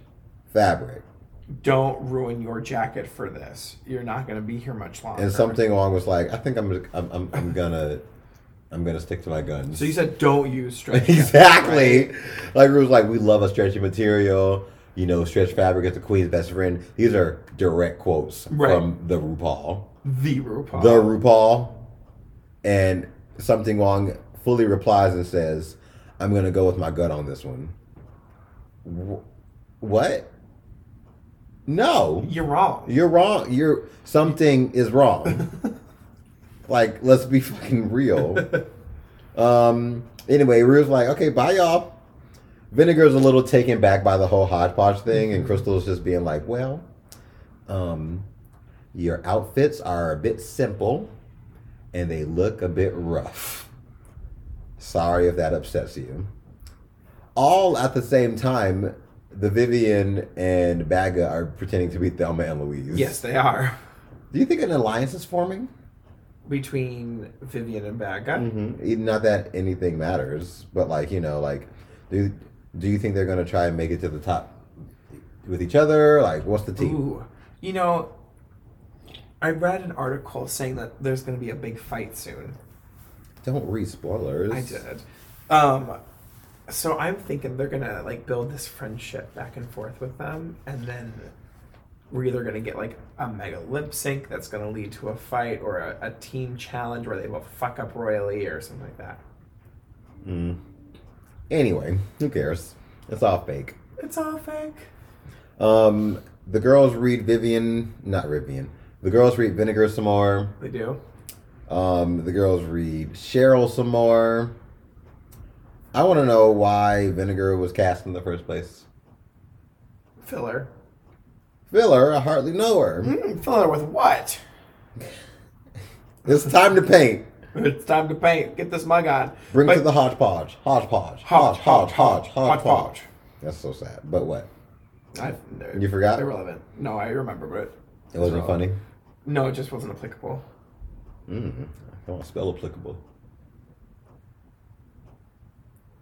S2: fabric.
S3: Don't ruin your jacket for this. You're not going to be here much longer.
S2: And something Wong was like, I think I'm I'm, I'm, I'm gonna I'm gonna stick to my guns.
S3: So you said don't use
S2: [LAUGHS]
S3: stretch.
S2: exactly. Like Ru was like, we love a stretchy material. You know, stretch fabric is the queen's best friend. These are direct quotes
S3: Right.
S2: from the RuPaul.
S3: The RuPaul.
S2: the RuPaul, and something Wong fully replies and says, "I'm gonna go with my gut on this one." Wh- what? No,
S3: You're wrong.
S2: you're wrong. You're something is wrong. like, let's be fucking real. um. Anyway, Rue's like, "Okay, bye, y'all." Vinegar's a little taken back by the whole hodgepodge thing, and Crystal's just being like, "Well, um, your outfits are a bit simple, and they look a bit rough. Sorry if that upsets you." All at the same time, the Vivian and Baga are pretending to be Thelma and Louise.
S3: Yes, they are.
S2: Do you think an alliance is forming?
S3: Between Vivian and Baga.
S2: Mm-hmm. Not that anything matters, but like you know, like do do you think they're gonna try and make it to the top with each other? Like, what's the team?
S3: Ooh. You know, I read an article saying that there's going to be a big fight soon.
S2: Don't read spoilers.
S3: I did. Um, so I'm thinking they're gonna like build this friendship back and forth with them, and then we're either gonna get like a mega lip sync that's gonna lead to a fight, or a, a team challenge where they will fuck up royally or something like that.
S2: Anyway, who cares? It's all fake.
S3: It's all fake.
S2: Um, the girls read Vivian, not Vivian. The girls read Vinegar some more.
S3: They do.
S2: Um, the girls read Cheryl some more. I want to know why Vinegar was cast in the first place.
S3: Filler.
S2: Filler, I hardly know her.
S3: Mm, filler with what? Mm-hmm.
S2: It's time to paint.
S3: It's time to paint. Get this mug on.
S2: Bring
S3: But-
S2: to the hodgepodge. Hodgepodge.
S3: Hodge, hodge, hodge, hodgepodge.
S2: hodgepodge. That's so sad. But what?
S3: I,
S2: You forgot?
S3: Irrelevant. No, I remember, but
S2: It wasn't funny. Mm-hmm.
S3: no, it just wasn't applicable.
S2: Mm. I don't spell applicable.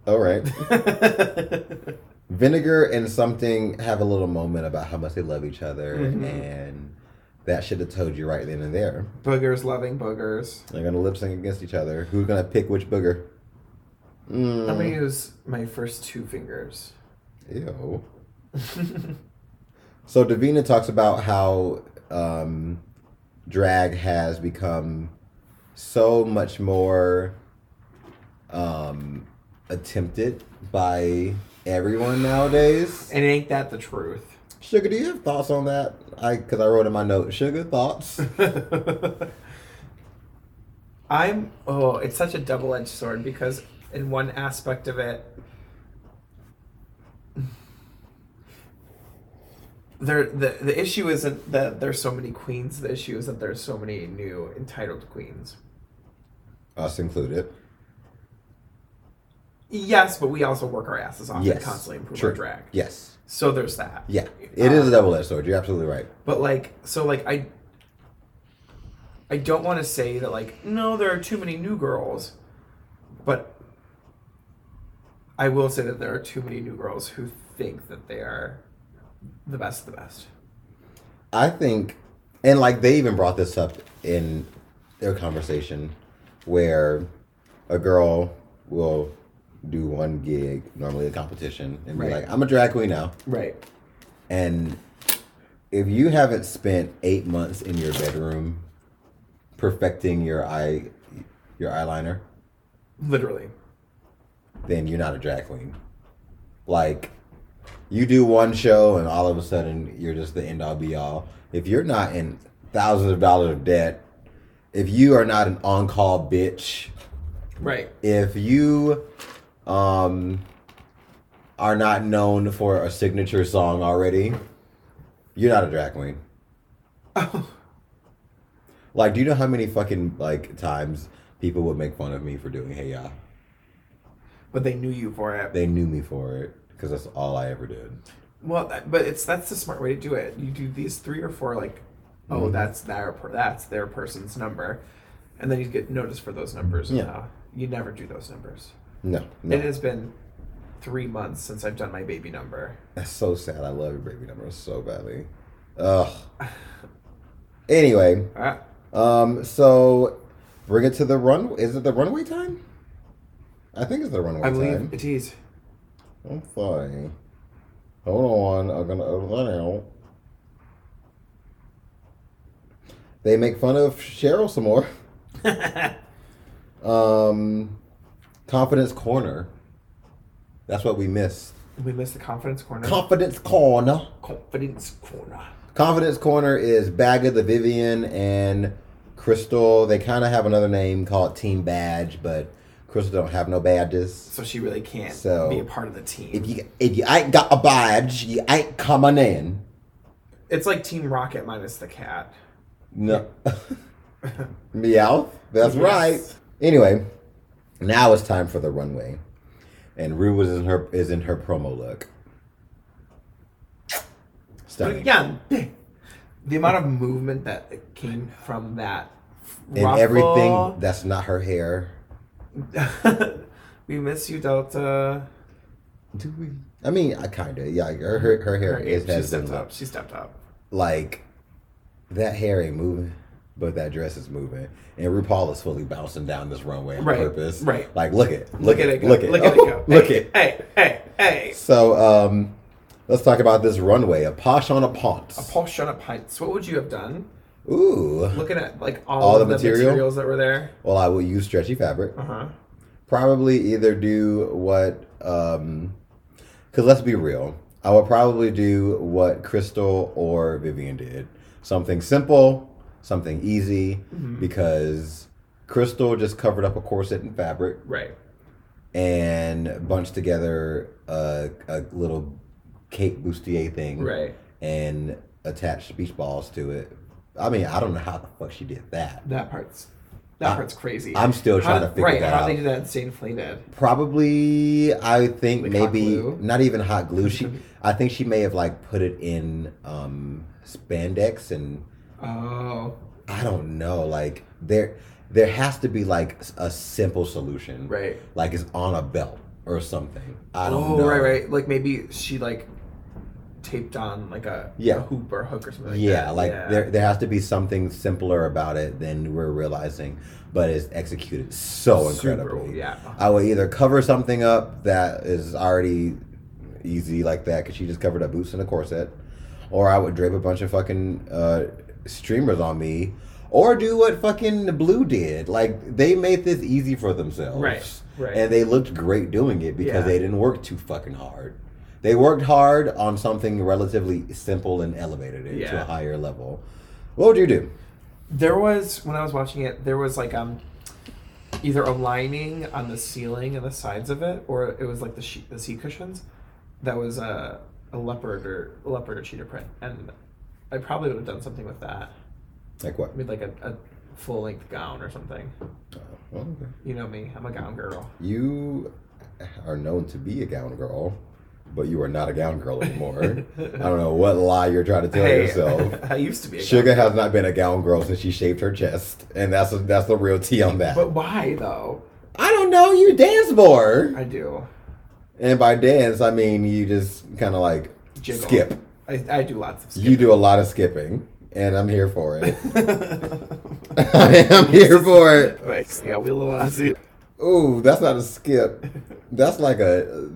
S2: All right. Vinegar and something have a little moment about how much they love each other, and that should have told you right then and there.
S3: [LAUGHS] boogers loving boogers.
S2: They're gonna lip sync against each other. Who's gonna pick which booger? Mm.
S3: I'm gonna use my first two fingers.
S2: Ew. so Davina talks about how um, drag has become so much more um, attempted by everyone nowadays.
S3: And ain't that the truth? [LAUGHS]
S2: Sugar, do you have thoughts on that? I because I wrote in my note, sugar thoughts.
S3: I'm oh, it's such a double-edged sword because in one aspect of it there the, the issue isn't that there's so many queens, the issue is that there's so many new entitled queens.
S2: Us included.
S3: Yes, but we also work our asses off
S2: Yes.
S3: and constantly improve
S2: True.
S3: our drag. Um,
S2: Yes.
S3: So there's that.
S2: Yeah. It is a double edged sword. You're absolutely right.
S3: But like, so like I, I don't want to say that like no, there are too many new girls, but I will say that there are too many new girls who think that they are the best of the best.
S2: I think, and like they even brought this up in their conversation, where a girl will do one gig, normally a competition, and be
S3: Right.
S2: like, "I'm a drag queen now,"
S3: Right.
S2: and if you haven't spent eight months in your bedroom perfecting your eye, your eyeliner,
S3: Literally.
S2: then you're not a drag queen. Like, you do one show and all of a sudden you're just the end all be all. If you're not in thousands of dollars of debt, if you are not an on call bitch,
S3: Right.
S2: if you um, are not known for a signature song already, you're not a drag queen. Like, do you know how many fucking like times people would make fun of me for doing Hey Ya?
S3: But they knew you for it.
S2: they knew me for it because that's all I ever did.
S3: well, that- but it's that's the smart way to do it. You do these three or four like, oh, that's their per- that's their person's number, and then you get noticed for those numbers. and
S2: Yeah.
S3: now You never do those numbers.
S2: No, no.
S3: It has been three months since I've done my baby number.
S2: That's so sad. I love your baby number so badly. Ugh. Anyway,
S3: Ah,
S2: um, so bring it to the run. Is it the runway time? I think it's the runway
S3: I believe
S2: time.
S3: it is.
S2: I'm sorry. Hold on. I'm gonna open that out. They make fun of Cheryl some more. um, confidence corner. That's what we missed.
S3: We missed the confidence corner.
S2: Confidence corner.
S3: confidence corner.
S2: Confidence Corner is Bagga the Vivian and Crystal. They kind of have another name called Team Badge, but Crystal don't have no badges.
S3: So she really can't
S2: So-
S3: be a part of the team.
S2: If you if you ain't got a badge, you ain't coming in.
S3: it's like Team Rocket minus the cat.
S2: No. [LAUGHS] Meow. That's
S3: Yes.
S2: right. Anyway, now it's time for the runway, and Rue was in her is in her promo look.
S3: But
S2: Stunning.
S3: again, the amount of movement that came from that
S2: and
S3: ruffle.
S2: everything that's not her hair.
S3: [LAUGHS] we miss you, Delta.
S2: Do we? I mean, I kind of yeah. Her her, her hair is
S3: she
S2: has
S3: stepped
S2: been
S3: up.
S2: up.
S3: She stepped up.
S2: Like that hair ain't moving, but that dress is moving, and RuPaul is fully bouncing down this runway on
S3: Right,
S2: purpose.
S3: right.
S2: Like look it, look,
S3: Look at it go.
S2: look it,
S3: Look at it go.
S2: [LAUGHS] look
S3: hey,
S2: it.
S3: Hey, hey, hey.
S2: So um, let's talk about this runway. A posh on a ponce.
S3: Paul, shut up, Heinz. What would you have done?
S2: Ooh.
S3: Looking at like all,
S2: All
S3: of
S2: the
S3: the
S2: material?
S3: materials that were there.
S2: Well, I will use stretchy fabric.
S3: Uh huh.
S2: probably either do what um because let's be real i would probably do what crystal or vivian did something simple something easy because crystal just covered up a corset in fabric
S3: Right.
S2: and bunched together a, a little kate bustier thing
S3: Right.
S2: and attached beach balls to it i mean i don't know how the fuck she did that
S3: That part's that
S2: I-
S3: part's crazy.
S2: I'm still
S3: How
S2: trying to
S3: did-
S2: figure
S3: right,
S2: that
S3: how
S2: out.
S3: they do that and stay inflated.
S2: Probably, I think
S3: Like hot
S2: maybe
S3: glue?
S2: not even hot glue.
S3: [LAUGHS]
S2: She, I think she may have like put it in um spandex, and
S3: Oh.
S2: I don't know. Like there, there has to be like a simple solution.
S3: Right.
S2: Like it's on a belt. or something. I don't
S3: Oh
S2: know.
S3: right, right. Like maybe she like taped on like a,
S2: Yeah.
S3: a hoop or hook or something. Like
S2: Yeah,
S3: that.
S2: like
S3: Yeah.
S2: there there has to be something simpler about it than we're realizing, but it's executed so
S3: Super,
S2: incredibly.
S3: yeah.
S2: I would either cover something up that is already easy like that because she just covered up boots and a corset, or I would drape a bunch of fucking uh, streamers on me, or do what fucking Blue did. Like they made this easy for themselves,
S3: Right, right.
S2: And they looked great doing it because
S3: Yeah.
S2: they didn't work too fucking hard. They worked hard on something relatively simple and elevated it to
S3: Yeah.
S2: a higher level. What would you do?
S3: There was when I was watching it, there was like um either a lining on the ceiling and the sides of it, or it was like the she- the sea cushions that was a a leopard or a leopard or cheetah print, and I probably would have done something with that.
S2: Like what?
S3: I mean, like a, a full length gown or something.
S2: Oh, okay.
S3: You know me, I'm a gown girl.
S2: You are known to be a gown girl, but you are not a gown girl anymore.
S3: [LAUGHS]
S2: I don't know what lie you're trying to tell
S3: Hey,
S2: yourself.
S3: [LAUGHS] I used to be a gown.
S2: Sugar has not been a gown girl since she shaved her chest, and that's that's the real tea on that.
S3: But why though?
S2: I don't know. You dance more,
S3: I do.
S2: and by dance I mean you just kind of like
S3: Jiggle.
S2: skip.
S3: I, I do lots of
S2: You
S3: [LAUGHS]
S2: do a lot of skipping, and I'm here for it. [LAUGHS] I am here for it.
S3: yeah, we love it.
S2: Ooh, that's not a skip. That's like a.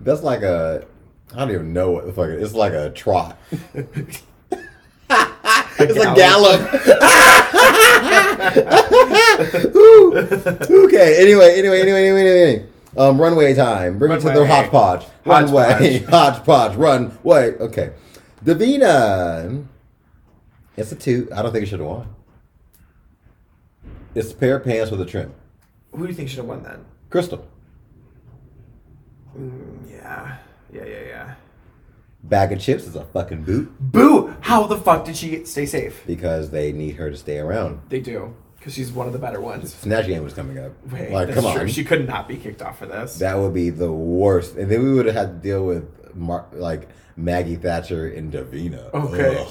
S2: That's like a. I don't even know what the fuck it is. It's like a trot.
S3: [LAUGHS]
S2: it's a gallop. [LAUGHS] Ooh. Okay. Anyway. Anyway. Anyway. Anyway. Anyway. Um, runway time. Bring it to the
S3: Runway.
S2: hodgepodge. Runway. [LAUGHS] Hodgepodge. Runway. Okay. Davina. It's a two. I don't think it should have won. It's a pair of pants with a trim.
S3: Who do you think should have won then?
S2: Crystal.
S3: Yeah, yeah, yeah, yeah.
S2: Bag of chips is a fucking boot
S3: Boo! How the fuck did she get- stay safe?
S2: because they need her to stay around.
S3: They do, because she's one of the better ones.
S2: Snatch game was coming up.
S3: Wait,
S2: like,
S3: that's
S2: come on.
S3: true. She could not be kicked off for this.
S2: That would be the worst. And then we would have had to deal with Mar- like Maggie Thatcher and Davina.
S3: Okay.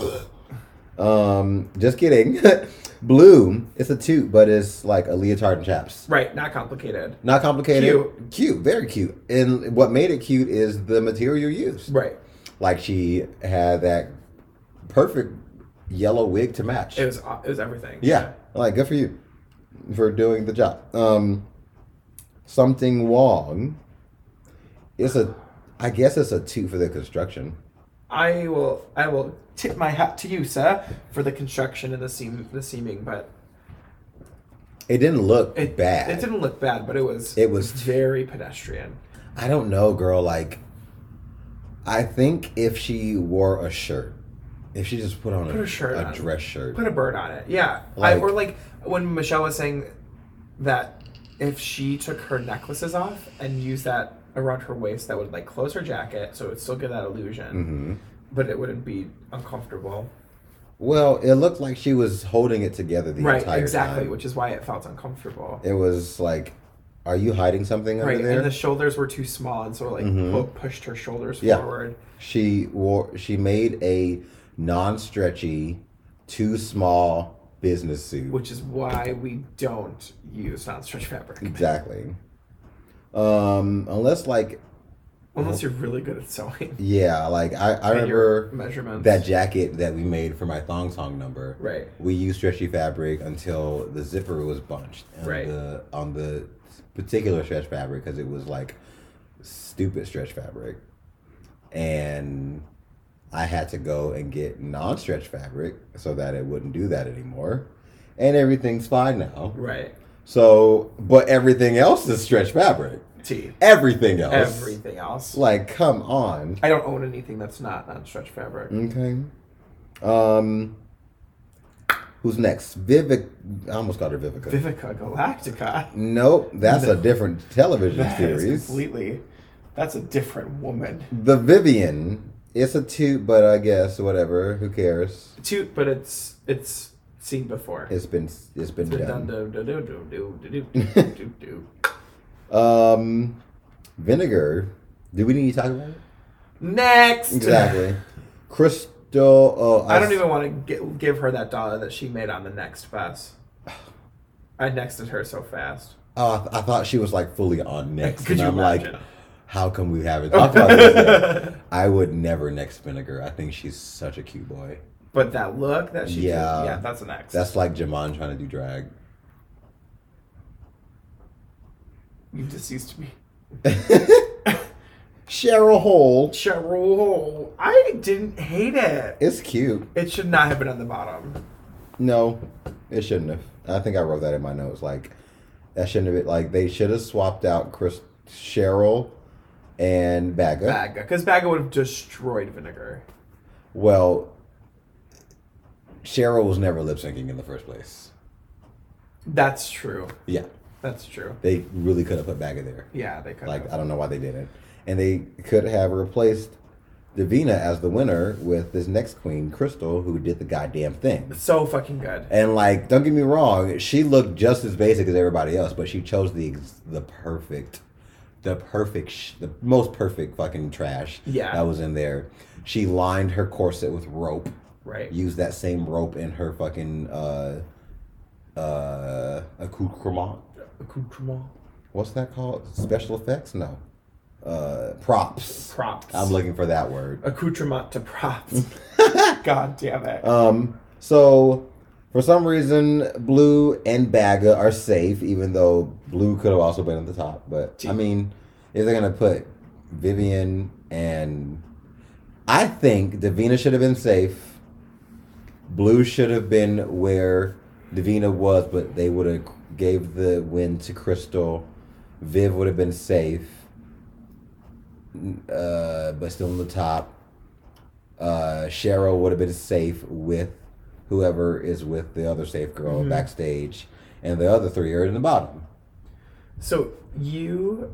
S2: Ugh. Um, just kidding. [LAUGHS] Blue, it's a toot, but it's like a leotard and chaps.
S3: right, not complicated.
S2: Not complicated.
S3: Cute.
S2: Cute, very cute. And what made it cute is the material used.
S3: Right.
S2: Like she had that perfect yellow wig to match.
S3: It was uh, it was everything.
S2: Yeah, like good for you for doing the job. Um, something wrong. It's a, I guess it's a two for the construction.
S3: I will I will tip my hat to you, sir, for the construction and the seam the seaming, but
S2: It didn't look
S3: it
S2: bad.
S3: It didn't look bad, but it was
S2: It was-
S3: very pedestrian.
S2: I don't know, girl. Like, I think if she wore a shirt, if she just put on
S3: Put
S2: a,
S3: a shirt
S2: a
S3: on.
S2: dress shirt,
S3: Put a bird on it. Yeah. I,
S2: Like-
S3: or like when Michelle was saying that if she took her necklaces off and used that around her waist, that would like close her jacket, so it would still give that illusion,
S2: Mm-hmm.
S3: but it wouldn't be uncomfortable.
S2: well, it looked like she was holding it together the
S3: Right.
S2: entire
S3: Exactly,
S2: time.
S3: which is why it felt uncomfortable.
S2: it was like, are you hiding something
S3: right.
S2: under there? Mm-hmm.
S3: And the shoulders were too small, and so like quote, pushed her shoulders
S2: Yeah.
S3: forward.
S2: She wore. She made a non-stretchy, too small business suit.
S3: Which is why we don't use non-stretch
S2: Mm-hmm.
S3: fabric
S2: exactly. Um, unless like,
S3: unless you're really good at sewing.
S2: yeah, like I, I
S3: And your
S2: remember
S3: measurements.
S2: that jacket that we made for my thong song number.
S3: Right.
S2: We used stretchy fabric until the zipper was bunched. on
S3: Right.
S2: The, on the particular stretch fabric because it was like stupid stretch fabric, and I had to go and get non-stretch fabric so that it wouldn't do that anymore. And everything's fine now.
S3: Right.
S2: So, but everything else is stretch fabric.
S3: T.
S2: Everything else.
S3: Everything else.
S2: Like, come on.
S3: I don't own anything that's not on stretch fabric.
S2: Okay. Um. Who's next? Vivic. I almost called her Vivica.
S3: Vivica Galactica. [LAUGHS]
S2: nope, that's a different television
S3: That is
S2: series.
S3: completely. That's a different woman.
S2: the Vivian. It's a toot, but I guess whatever. Who cares?
S3: Toot, but it's it's seen before.
S2: It's been it's been,
S3: Dun-
S2: done.
S3: dun- dun- dun- dun- dun- dun-
S2: [LAUGHS]
S3: dun- dun- dun- dun.
S2: Um, vinegar. Do we need to talk about
S3: [LAUGHS]
S2: it?
S3: Next.
S2: Exactly. Crystal. Oh,
S3: I don't
S2: s-
S3: even want to gi- give her that dollar that she made on the next bus. I nexted her so fast.
S2: Oh, I, th- I thought she was like fully on next, and
S3: Could you
S2: I'm
S3: imagine?
S2: like, How come we
S3: [LAUGHS]
S2: haven't talked about this yet? I would never next Spinnaker. I think she's such a cute boy.
S3: But that look that she
S2: Yeah.
S3: did, yeah, that's an X.
S2: That's like Jamon trying to do
S3: [LAUGHS]
S2: drag. [LAUGHS]
S3: you deceased me.
S2: Cheryl Hole.
S3: Cheryl, I didn't hate it.
S2: It's cute.
S3: It should not have been on the bottom.
S2: No, it shouldn't have. I think I wrote that in my notes. Like, that shouldn't have been. Like, they should have swapped out Chris Cheryl and Bagga.
S3: Bagga, because Bagga would have destroyed Vinegar.
S2: Well, Cheryl was never lip syncing in the first place.
S3: That's true.
S2: Yeah,
S3: That's true.
S2: they really could have put Bagga there.
S3: Yeah, they could.
S2: Like, I
S3: have.
S2: don't know why they didn't. And they could have replaced Davina as the winner with this next queen, Crystal, who did the goddamn thing.
S3: So fucking good.
S2: And like, don't get me wrong, she looked just as basic as everybody else, but she chose the ex- the perfect, the perfect, sh- the most perfect fucking trash
S3: Yeah.
S2: that was in there. She lined her corset with rope,
S3: Right.
S2: used that same rope in her fucking uh, uh, accoutrement.
S3: Accoutrement.
S2: What's that called? Special effects? No, uh, props.
S3: Props.
S2: I'm looking for that word.
S3: Accoutrement
S2: [LAUGHS]
S3: to props. God damn it.
S2: Um, so for some reason, Blue and Bagga are safe, even though Blue could have also been at the top. But I mean, if they're gonna put Vivian and I think Davina should have been safe. Blue should have been where Davina was, but they would have gave the win to Crystal. Viv would have been safe, uh, but still on the top uh, Cheryl would have been safe with whoever is with the other safe girl backstage, and the other three are in the bottom.
S3: So you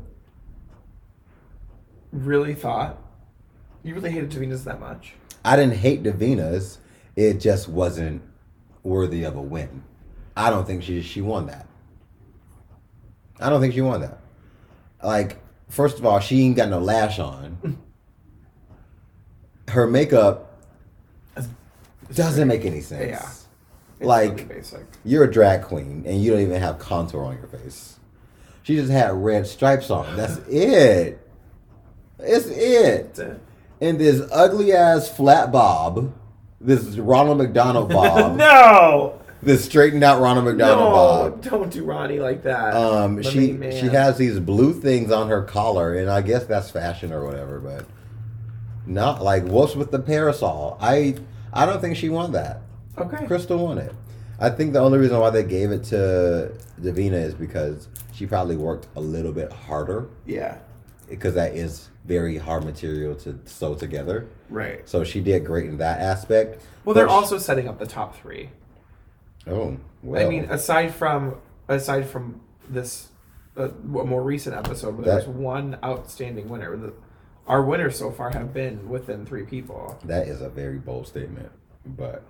S3: really thought you really hated Davina's that much?
S2: I didn't hate Davina's; it just wasn't worthy of a win. I don't think she she won that. I don't think she won that. Like, first of all, she ain't got no lash on. Her makeup doesn't make any sense.
S3: Yeah. It's
S2: Like.
S3: really basic.
S2: You're a drag queen and you don't even have contour on your face. She just had red stripes on.
S3: [LAUGHS]
S2: That's it. It's
S3: That's
S2: it.
S3: it.
S2: And this ugly ass flat bob, this Ronald
S3: [LAUGHS]
S2: McDonald bob,
S3: No,
S2: this straightened out Ronald McDonald
S3: no,
S2: bob.
S3: don't do Ronnie like that.
S2: Um,
S3: The
S2: she
S3: main man.
S2: she has these blue things on her collar, and I guess that's fashion or whatever. But not like what's with the parasol? I I don't think she won that.
S3: okay.
S2: Crystal won it. I think the only reason why they gave it to Davina is because she probably worked a little bit harder
S3: Yeah,
S2: because that is very hard material to sew together.
S3: right.
S2: So she did great in that aspect. But
S3: Well, they're
S2: she-
S3: also setting up the top three.
S2: Oh, well.
S3: I mean, aside from aside from this uh, a more recent episode, where there's
S2: That-
S3: one outstanding winner. The, our winners so far have been within three people.
S2: that is a very bold statement, but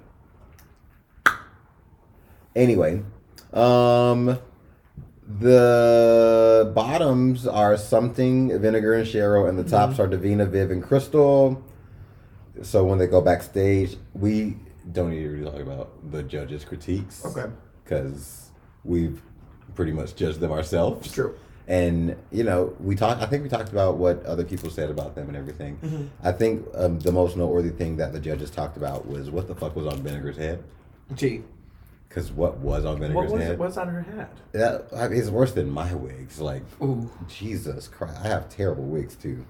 S2: anyway, um, the bottoms are something vinegar and Cheryl, and the tops are Davina, Viv, and Crystal. So when they go backstage, we don't need to really talk about the judges' critiques,
S3: Okay.
S2: Because we've pretty much judged them ourselves.
S3: It's true.
S2: And you know, we talked. I think we talked about what other people said about them and everything.
S3: Mm-hmm.
S2: I think um, the most noteworthy thing that the judges talked about was what the fuck was on Vinegar's head.
S3: Gee,
S2: Because what was on Vinegar's
S3: what was
S2: head?
S3: it? What's on her head?
S2: that I mean, it's worse than my wigs. Like
S3: Ooh.
S2: Jesus Christ, I have terrible wigs too.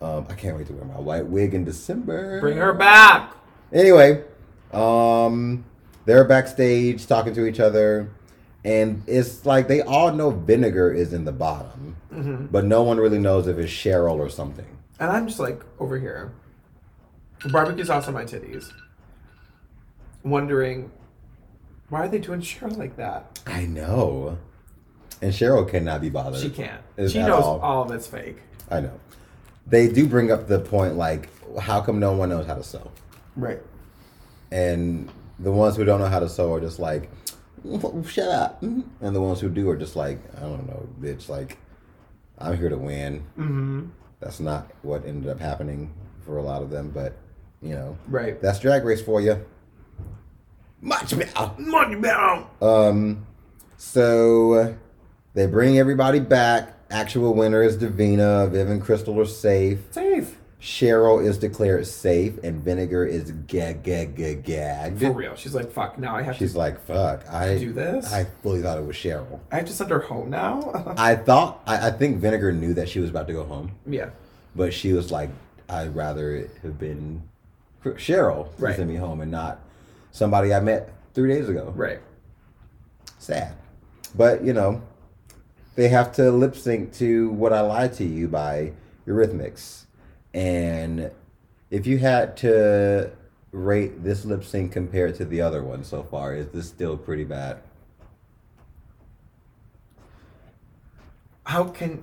S2: Um, I can't wait to wear my white wig in December.
S3: Bring her back.
S2: Anyway, um, they're backstage talking to each other, and it's like they all know Vinegar is in the bottom,
S3: Mm-hmm.
S2: but no one really knows if it's Cheryl or something.
S3: And I'm just like over here, barbecue sauce on my titties, wondering why are they doing Cheryl like that?
S2: I know, and Cheryl cannot be bothered.
S3: She can't.
S2: Is
S3: she
S2: at
S3: knows
S2: all.
S3: all. of it's fake.
S2: I know. They do bring up the point like, how come no one knows how to sew?
S3: Right.
S2: and the ones who don't know how to sew are just like shut up Mm-hmm. and the ones who do are just like i don't know bitch like i'm here to win mm-hmm. that's not what ended up happening for a lot of them but you know
S3: Right.
S2: that's drag race for you much better Uh,
S3: Money bound.
S2: um so they bring everybody back Actual winner is Davina. Viv and Crystal are safe.
S5: Safe.
S2: Cheryl is declared safe, and Vinegar is gag gag gag
S5: For
S2: gagged.
S5: real. She's like, fuck, now I have
S2: She's
S5: to
S2: like, "Fuck!" I
S5: do this?
S2: I fully thought it was Cheryl.
S5: I have to send her home now? [LAUGHS]
S2: I thought I, I think Vinegar knew that she was about to go home,
S5: yeah.
S2: but she was like, "I'd rather it have been Cr- Cheryl to
S5: Right.
S2: send me home and not somebody I met three days ago."
S5: Right.
S2: sad. But you know, they have to lip sync to "What I Lied to You" by Eurythmics, and if you had to rate this lip sync compared to the other one so far, is this still pretty bad?
S5: How can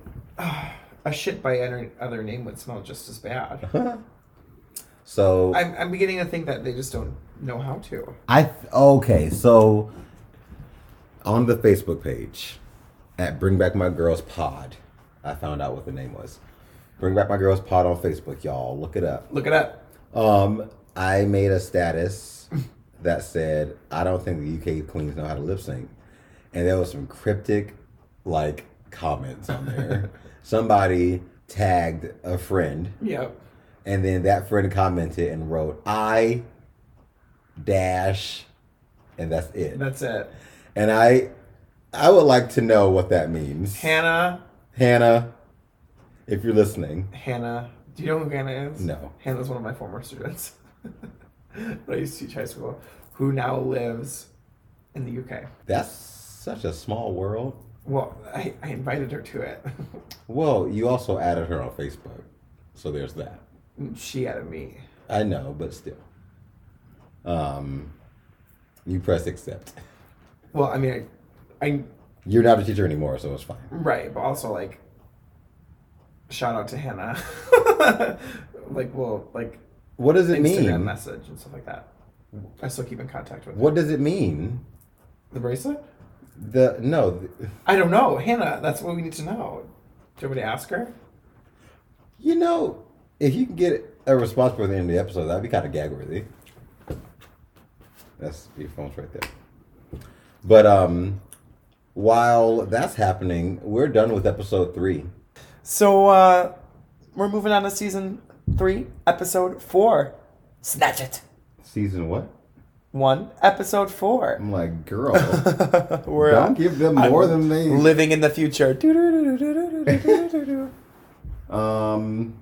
S5: [SIGHS] a shit by any other name would smell just as bad?
S2: So
S5: I'm, I'm beginning to think that they just don't know how to.
S2: I th- okay, so on the Facebook page at Bring Back My Girls Pod, I found out what the name was. Bring Back My Girls Pod on Facebook, y'all. Look it up.
S5: Look it up.
S2: Um, I made a status that said, "I don't think the UK queens know how to lip sync," and there was some cryptic, like comments on there. Somebody tagged a friend,
S5: Yep.
S2: and then that friend commented and wrote, "I dash," and that's it.
S5: That's it.
S2: And I, I would like to know what that means,
S5: Hannah.
S2: Hannah, if you're listening.
S5: Hannah. Do you know who Hannah is?
S2: No.
S5: Hannah's one of my former students. [LAUGHS] that I used to teach high school, who now lives in the UK.
S2: That's such a small world.
S5: Well, I, I invited her to it. [LAUGHS]
S2: Well, you also added her on Facebook. So there's that.
S5: she added me.
S2: I know, but still. Um you press accept.
S5: Well, I mean, I, I
S2: You're not a teacher anymore, so it's fine.
S5: right, but
S3: Um,
S5: also like, shout out to Hannah. [LAUGHS] like, well, like
S2: What does it
S5: Instagram
S2: mean?
S5: message and stuff like that. I still keep in contact with her.
S2: What does it mean?
S5: the bracelet.
S2: The no, th-
S5: I don't know, Hannah. That's what we need to know. Do you want me to ask her?
S2: you know, if you can get a response by the end of the episode, that'd be kind of gag worthy. That's your phone's right there. But um, while that's happening, we're done with episode three.
S3: So uh, we're moving on to season three, episode four. Snatch it.
S2: Season what?
S3: One, episode four. [LAUGHS]
S2: I'm like, girl.
S3: We're uh,
S2: Don't give them more than they.
S3: living in the future. [LAUGHS] Doo-doo-doo-doo-doo-doo-doo-doo-doo.
S2: um,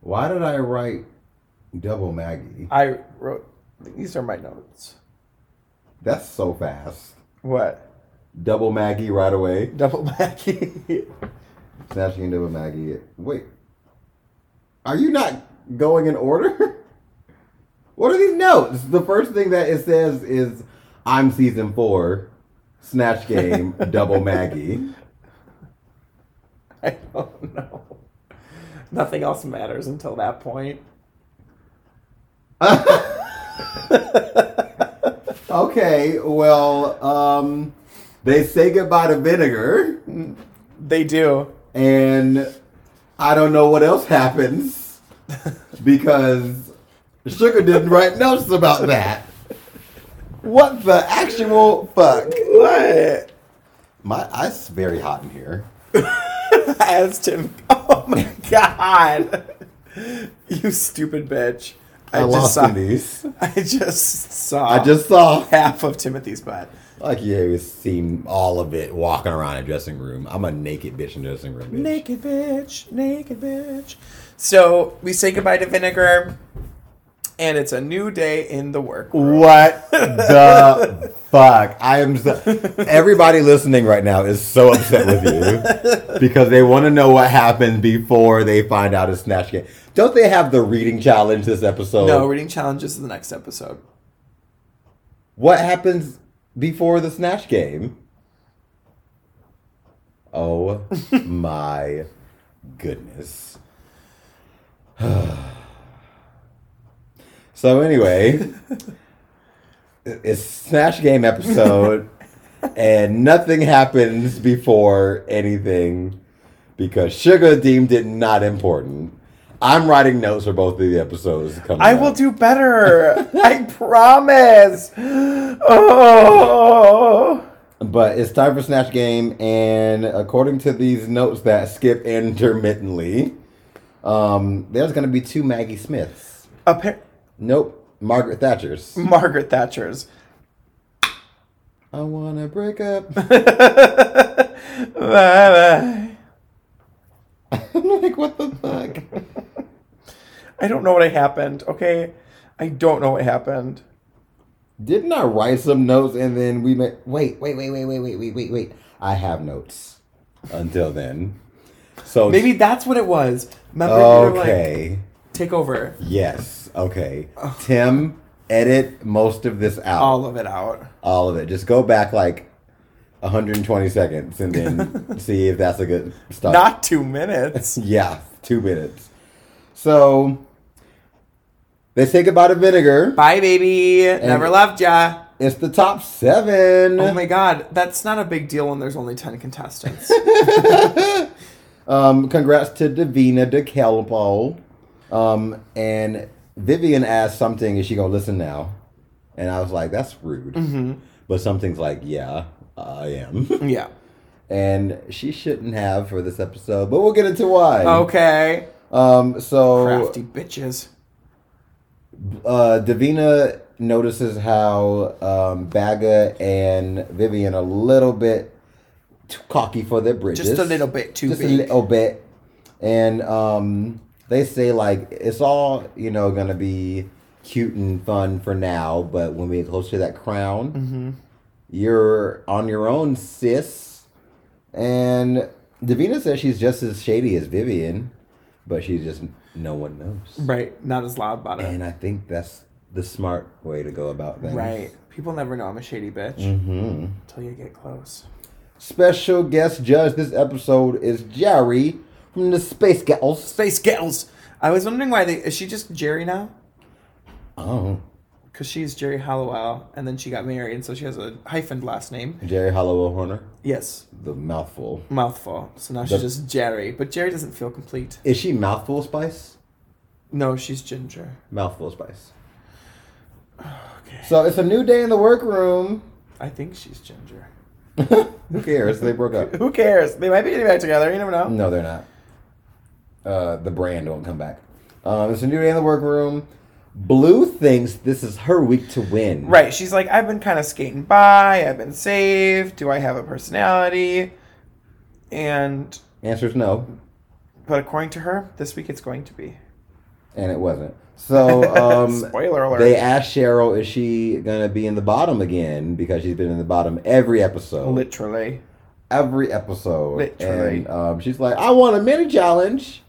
S2: why did I write double Maggie?
S3: I wrote. These are my notes.
S2: That's so fast.
S3: What?
S2: Double Maggie right away.
S3: Double Mackie.
S2: Snatching and double Maggie. Wait, are you not going in order? [LAUGHS] what are these notes? The first thing that it says is, "I'm season four, Snatch Game, double Maggie."
S3: I don't know. Nothing else matters until that point.
S2: Okay, well, um, they say goodbye to Vinegar.
S3: They do. [LAUGHS]
S2: and I don't know what else happens because Sugar didn't write notes about that. What the actual fuck?
S3: What?
S2: My, I- it's very hot in here.
S3: Asked him. Oh
S2: [LAUGHS]
S3: my god. You stupid bitch.
S2: I, lost
S3: saw,
S2: in these.
S3: [LAUGHS] I just saw.
S2: I just saw.
S3: half of Timothy's butt.
S2: Like you have seen all of it walking around a dressing room. I'm a naked bitch in dressing room. Bitch.
S3: Naked bitch, naked bitch. So we say goodbye to Vinegar, and it's a new day in the work.
S2: What the fuck? I am so, everybody listening right now is so upset with you because they want to know what happened before they find out it's Snatch Game. Don't they have the reading challenge this episode?
S3: No, reading challenges is the next episode.
S2: What happens before the Snatch Game?
S3: [LAUGHS]
S2: Oh my goodness. [SIGHS] so, anyway, it's Snatch Game
S3: [LAUGHS]
S2: episode, and nothing happens before anything because Sugar deemed it not important. I'm writing notes for both of the episodes coming
S3: I will
S2: up.
S3: do
S2: [LAUGHS]
S3: better. I promise. Oh.
S2: But it's time for Snatch Game, and according to these notes that skip intermittently, um, there's going to be two Maggie Smiths.
S3: Appar-
S2: Nope, Margaret Thatcher's.
S3: Margaret Thatcher's.
S2: I want to break up. [LAUGHS]
S3: Bye-bye.
S2: I'm like, what the fuck?
S3: I don't know what happened, okay? I don't know what happened.
S2: Didn't I write some notes and then we met? Wait, wait, wait, wait, wait, wait, wait, wait, wait. I have notes until then. So
S3: Maybe that's what it was. Remember, you were like,
S2: okay.
S3: take over
S2: Yes. Okay. Tim, edit most of this out.
S3: all of it out.
S2: all of it. Just go back like 120 seconds and
S3: [LAUGHS]
S2: then see if that's a good start.
S3: Not two
S2: [LAUGHS]
S3: minutes.
S2: yeah, two minutes. So they say goodbye to vinegar.
S3: Bye, baby. Never left ya.
S2: It's the top seven.
S3: Oh my god, that's not a big deal when there's only 10
S2: [LAUGHS]
S3: contestants.
S2: Um, congrats to Davina DeCalpo. Um, and Vivian asked something, is she gonna listen now? And I was like, that's rude.
S3: Mm-hmm.
S2: But something's like, yeah, I am. [LAUGHS]
S3: yeah.
S2: and she shouldn't have for this episode, but we'll get into why.
S3: Okay.
S2: Um, so
S3: Crafty bitches.
S2: uh, Davina notices how um, Baga and Vivian are a little bit too cocky for their bridges.
S3: Just a little bit too
S2: Just a
S3: big.
S2: little bit. And um, they say, like, it's all, you know, going to be cute and fun for now, but when we get close to that crown,
S3: Mm-hmm.
S2: you're on your own, sis. And Davina says she's just as shady as Vivian, but she's just, no one knows.
S3: Right. Not as loud about it.
S2: And I think that's the smart way to go about things.
S3: Right. Mm-hmm. People never know I'm a shady bitch until you get close.
S2: Special guest judge this episode is Jerry from the Space Gals.
S3: Space Gals. I was wondering why they. Is she just Jerry now?
S2: Oh,
S3: Because she's Jerry Hallowell, and then she got married, and so she has a hyphened last name.
S2: Jerry Hollowell Horner,
S3: Yes,
S2: the mouthful.
S3: mouthful. So now
S2: The-
S3: she's just Jerry. But Jerry doesn't feel complete.
S2: Is she mouthful spice?
S3: No, she's Ginger.
S2: Mouthful spice. Okay. So it's a new day in the workroom.
S3: I think she's Ginger.
S2: Who cares? They broke
S3: [LAUGHS]
S2: up.
S3: Who cares? They might be getting back together. You never know.
S2: No, they're not. Uh, the brand won't come back. Um, it's a new day in the workroom. Blue thinks this is her week to win.
S3: Right. She's like, I've been kind of skating by. I've been saved. Do I have a personality? And
S2: Answer's no.
S3: but according to her, this week it's going to be.
S2: and it wasn't.
S3: [LAUGHS]
S2: So um,
S3: Spoiler alert.
S2: they asked Cheryl, "Is she gonna be in the bottom again?" Because she's been in the bottom every episode,
S3: Literally.
S2: every episode.
S3: Literally.
S2: And um, she's like, "I want a mini challenge."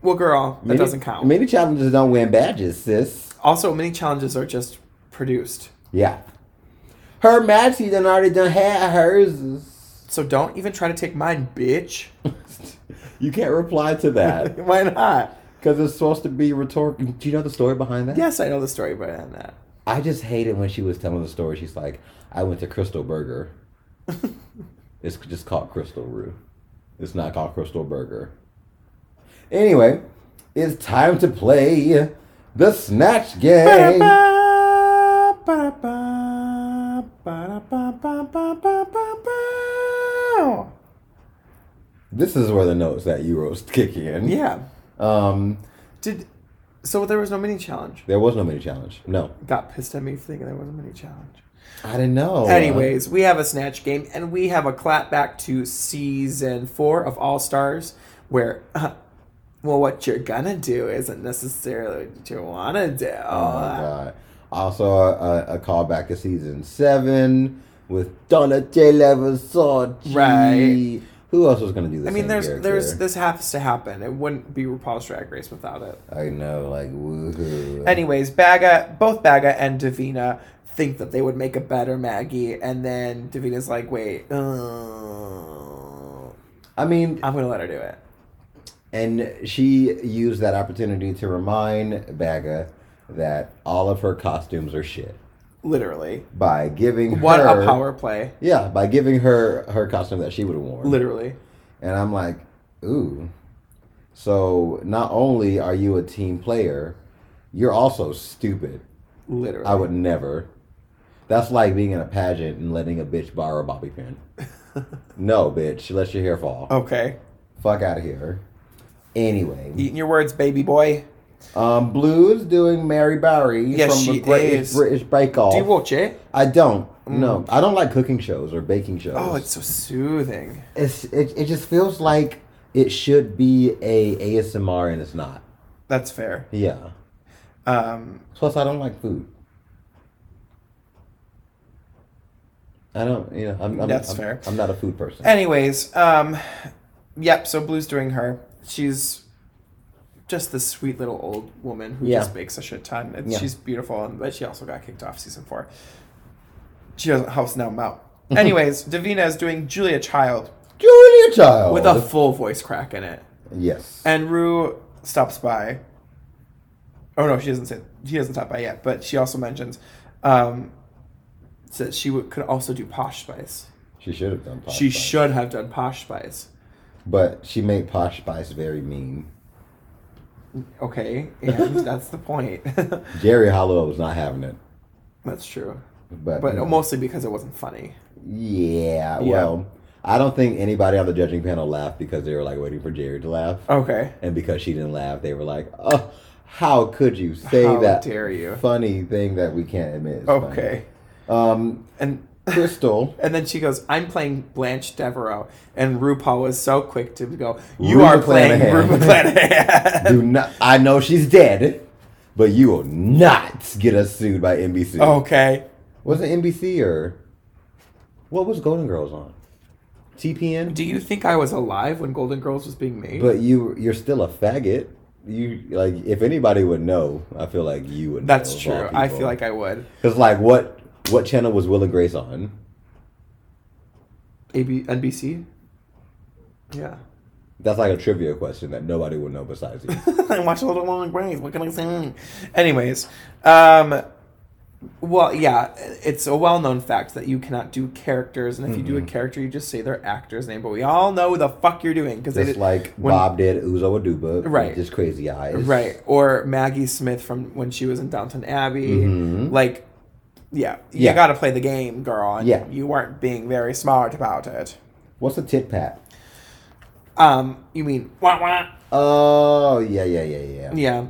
S3: Well, girl, that
S2: Mini-
S3: doesn't count.
S2: Mini challenges don't win badges, sis.
S3: Also, many challenges are just produced.
S2: Yeah. Her Maxie done already done had
S3: [LAUGHS]
S2: hers.
S3: So don't even try to take mine, bitch. [LAUGHS]
S2: You can't reply to that
S3: Why not?
S2: because it's supposed to be rhetorical. Do you know the story behind that?
S3: Yes, I know the story behind that.
S2: I just hate it when she was telling the story. She's like, I went to Crystal [LAUGHS] Burger. it's just called Crystal Roo. It's not called Crystal Burger. Anyway, it's time to play the Snatch Game. this is where the notes that you wrote kick in.
S3: Yeah.
S2: Um,
S3: Did so there was no mini challenge.
S2: there was no mini challenge. No.
S3: Got pissed at me for thinking there was a mini challenge.
S2: I didn't know.
S3: Anyways, we have a snatch game and we have a clap back to season four of All Stars, where, [LAUGHS] well, what you're gonna do isn't necessarily what you wanna do.
S2: Oh my god. Also, a, a callback to season seven with Donatella Versace.
S3: Right.
S2: Who else was gonna do this?
S3: I mean, there's, there's, this has to happen. It wouldn't be RuPaul's Drag Race without it.
S2: I know, like woohoo.
S3: Anyways, Baga, both Baga and Davina think that they would make a better Maggie, and then Davina's like, wait, uh, I'm
S2: I mean,
S3: gonna let her do it.
S2: and she used that opportunity to remind Baga that all of her costumes are shit
S3: Literally.
S2: by giving
S3: What
S2: her
S3: a power play.
S2: Yeah, by giving her her costume that she would have worn.
S3: Literally.
S2: And I'm like, ooh. So not only are you a team player, you're also stupid.
S3: Literally.
S2: I would never. That's like being in a pageant and letting a bitch borrow a bobby
S3: [LAUGHS]
S2: pin. no, bitch, she lets your hair fall.
S3: Okay.
S2: Fuck out of here. Anyway,
S3: Eating your words, baby boy.
S2: um, Blue's doing Mary Barry
S3: Yes,
S2: from
S3: she
S2: the Great
S3: is.
S2: British Bake Off.
S3: Do you watch it?
S2: I don't. No, I don't like cooking shows or baking shows.
S3: Oh, it's so soothing.
S2: it's it, it just feels like it should be a ASMR and it's not.
S3: That's fair.
S2: Yeah.
S3: Um,
S2: Plus, I don't like food. I don't. You know, I'm. I'm
S3: That's
S2: I'm-
S3: fair.
S2: I'm not a food person.
S3: Anyways, um, yep. So Blue's doing her. She's just this sweet little old woman who
S2: Yeah.
S3: just bakes a shit ton. And
S2: Yeah.
S3: She's beautiful, and but she also got kicked off season four. She doesn't house now
S2: [LAUGHS]
S3: out. Anyways, Davina is doing Julia Child
S2: Julia Child.
S3: with a full voice crack in it,
S2: yes.
S3: and Rue stops by. Oh no, she doesn't say she doesn't stop by yet, but she also mentions um, that she w- could also do Posh Spice.
S2: she should have done. Posh
S3: she
S2: Spice.
S3: should have done Posh Spice.
S2: But she made Posh Spice very mean.
S3: Okay,
S2: [LAUGHS]
S3: and that's the point. [LAUGHS]
S2: Jerry Holloway was not having it.
S3: that's true.
S2: But
S3: But
S2: you know,
S3: mostly because it wasn't funny.
S2: Yeah. Well, I don't think anybody on the judging panel laughed because they were like waiting for Jerry to laugh,
S3: Okay.
S2: and because she didn't laugh, they were like, "Oh, how could you say
S3: How
S2: that
S3: dare you.
S2: funny thing that we can't admit?" Is funny."
S3: Okay.
S2: Um,
S3: And
S2: Crystal.
S3: and then she goes, I'm playing Blanche Devereaux. And RuPaul was so quick to go, You
S2: Rue
S3: are playing Rue
S2: McClanahan."
S3: McClanahan.
S2: Do not. I know she's dead, but you will not get us sued by NBC.
S3: [LAUGHS] okay.
S2: was it NBC or what was Golden Girls on? TPN.
S3: Do you think I was alive when Golden Girls was being made?
S2: but you, you're still a faggot. You like if anybody would know, I feel like you would.
S3: That's true. I feel like I would.
S2: because like what what channel was Will and Grace on?
S3: AB, NBC? Yeah. [LAUGHS]
S2: That's like a trivia question that nobody would know besides you.
S3: I watch a little long brains. What can I say? Anyways, um, well, yeah, it's a well-known fact that you cannot do characters, and if you do a
S2: Mm-hmm.
S3: character, you just say their actor's name. But we all know who the fuck you're doing because [LAUGHS] they
S2: Just
S3: did,
S2: like
S3: when-
S2: Bob did Uzo Aduba, with
S3: Right.
S2: Just crazy eyes,
S3: right? Or Maggie Smith from when she was in Downton Abbey, like. Yeah, you
S2: Mm-hmm. Yeah.
S3: gotta play the game, girl. And
S2: Yeah.
S3: you weren't being very smart about it.
S2: What's a tit pat?
S3: Um, you mean wah wah?
S2: Oh yeah, yeah, yeah, yeah.
S3: Yeah,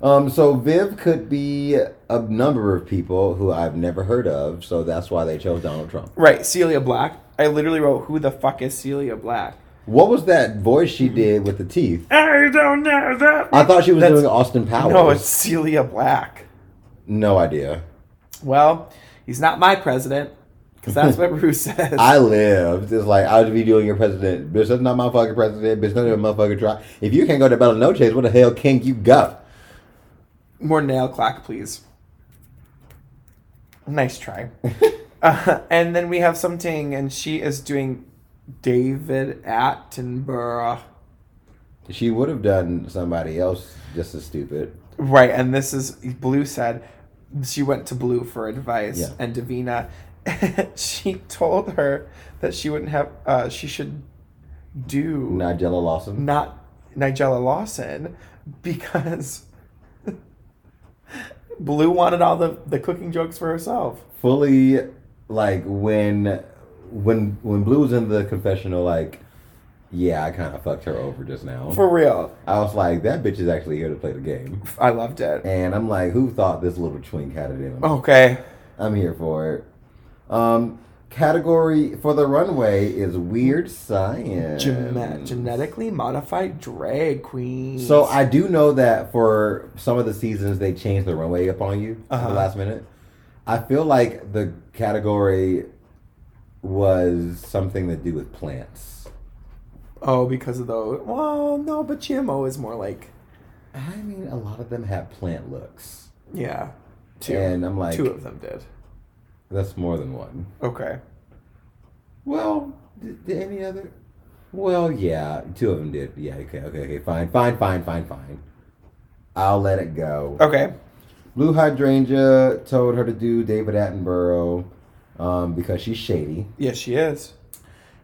S2: Um, so Viv could be a number of people who I've never heard of, so that's why they chose Donald Trump.
S3: right. Celia Black. I literally wrote, "Who the fuck is Celia Black?"
S2: What was that voice she did with the teeth?
S3: I don't know that.
S2: I thought she was
S3: That's-
S2: doing Austin Powers.
S3: No, it's Celia Black.
S2: no idea.
S3: Well, he's not my president, because
S2: [LAUGHS]
S3: that's what Bruce says.
S2: I lived. It's like I would be doing your president, bitch. That's not my fucking president, bitch. Don't even motherfucking try. If you can't go to Bella No Chase, what the hell can you go?
S3: More nail clack, please. Nice try. [LAUGHS] uh, and then we have something, and she is doing David Attenborough.
S2: She would have done somebody else just as stupid.
S3: Right, and this is Blue said she went to Blue for advice,
S2: Yeah.
S3: and Davina, [LAUGHS] she told her that she wouldn't have, uh, she should do
S2: Nigella Lawson.
S3: not Nigella Lawson because [LAUGHS] Blue wanted all the, the cooking jokes for herself.
S2: fully like when when when Blue was in the confessional, like, yeah, I kind of fucked her over just now.
S3: For real.
S2: I was like, that bitch is actually here to play the game,
S3: I loved it.
S2: and I'm like, who thought this little twink had it in him?
S3: Okay.
S2: I'm here for it. Um, category for the runway is weird science.
S3: Gene- genetically modified drag queens.
S2: So I do know that for some of the seasons they changed the runway up on you at the last minute. I feel like the category was something to do with plants.
S3: Oh, because of those. Well, no, but GMO is more like.
S2: I mean, a lot of them have plant looks,
S3: Yeah. Two.
S2: and I'm like,
S3: two of them did.
S2: that's more than one.
S3: Okay.
S2: Well, did, did any other? Well, yeah, two of them did. Yeah, okay, okay, okay, fine, fine, fine, fine, fine. I'll let it go.
S3: Okay.
S2: Blue Hydrangea told her to do David Attenborough um, because she's shady,
S3: Yes, she is.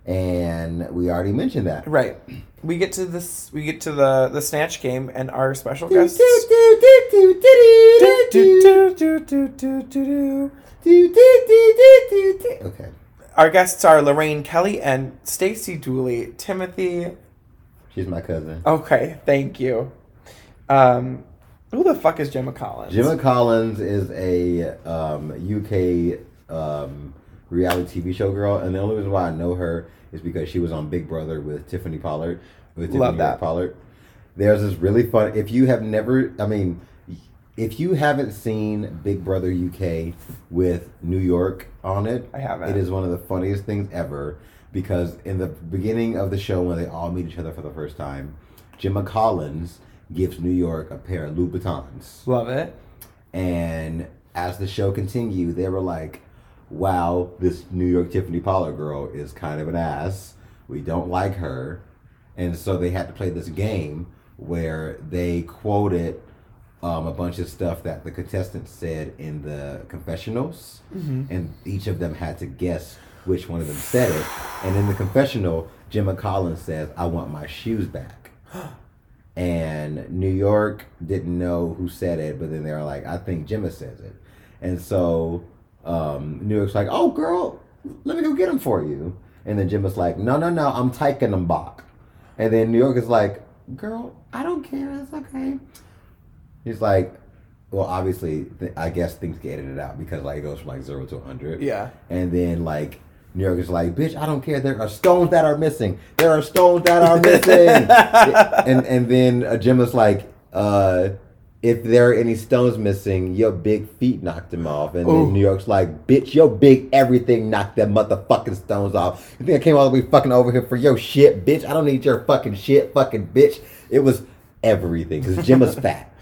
S2: and we already mentioned that.
S3: Right. we get to this we get to the the snatch game and our special
S2: Do,
S3: guests
S2: do, do, do, do, do, do, do, do,
S3: Do, do, do, do, do, do.
S2: do, do, do, do, do. Okay.
S3: Our guests are Lorraine Kelly and Stacy Dooley. Timothy.
S2: She's my cousin.
S3: Okay, thank you. Um, who the fuck is Gemma Collins?
S2: Jimmy Collins is a um, UK um, reality TV show girl, and the only reason why I know her is because she was on Big Brother with Tiffany Pollard. With
S3: Love
S2: Tiffany
S3: that.
S2: Pollard. There's this really fun. If you have never, I mean, if you haven't seen Big Brother UK with New York on it,
S3: I haven't.
S2: It is one of the funniest things ever because in the beginning of the show when they all meet each other for the first time, Jimma Collins gives New York a pair of Louboutins.
S3: Love it.
S2: And as the show continued, they were like, wow, this New York Tiffany Pollard girl is kind of an ass. We don't like her. And so they had to play this game where they quoted um, a bunch of stuff that the contestants said in the confessionals. And each of them had to guess which one of them said it. And in the confessional, Jimma Collins says, I want my shoes back and New York didn't know who said it, but then they were like, I think Jimmy says it. And so um, New York's like, oh, girl, let me go get them for you. And then Jimmy's like, no, no, no, I'm taking them back. And then New York is like, girl, I don't care, it's okay. He's like, well, obviously, th- I guess things get edited out because like it goes from like zero to 100.
S3: Yeah.
S2: And then like New York is like, bitch, I don't care. There are stones that are missing. There are stones that are
S3: [LAUGHS]
S2: missing. and and then uh, Gemma's like, uh, if there are any stones missing, your big feet knocked them off. And
S3: Ooh.
S2: then New York's like, bitch, your big everything knocked that motherfucking stones off. You think I came all the way fucking over here for your shit, bitch? I don't need your fucking shit, fucking bitch. It was everything because Gemma's [LAUGHS] fat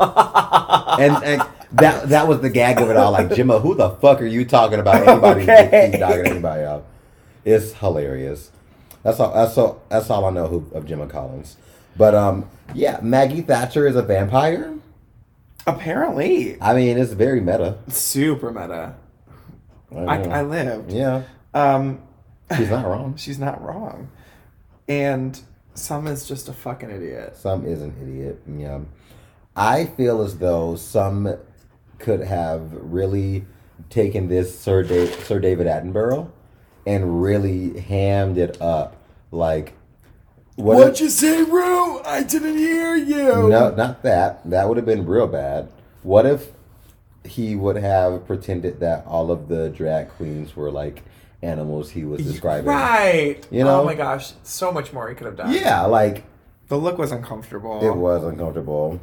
S2: and, and that that was the gag of it all. Like, Jimma, who the fuck are you talking about? Anybody
S3: Okay.
S2: keep dogging anybody out? It's hilarious. That's all. That's all. That's all I know who, of Jimma Collins. But um, yeah, Maggie Thatcher is a vampire.
S3: Apparently,
S2: I mean, it's very meta.
S3: super meta. I, I lived.
S2: yeah,
S3: Um,
S2: she's not wrong.
S3: she's not wrong, and Summer's just a fucking idiot.
S2: Some is an idiot. Yeah. I feel as though some could have really taken this Sir, da- Sir David Attenborough and really hammed it up. Like, what?
S3: What'd you say, Rue? I didn't hear you.
S2: no, not that. That would have been real bad. What if he would have pretended that all of the drag queens were like animals he was describing?
S5: Right.
S2: You know?
S5: Oh my gosh, so much more he could have done.
S2: Yeah, like
S3: The look was uncomfortable.
S2: it was uncomfortable.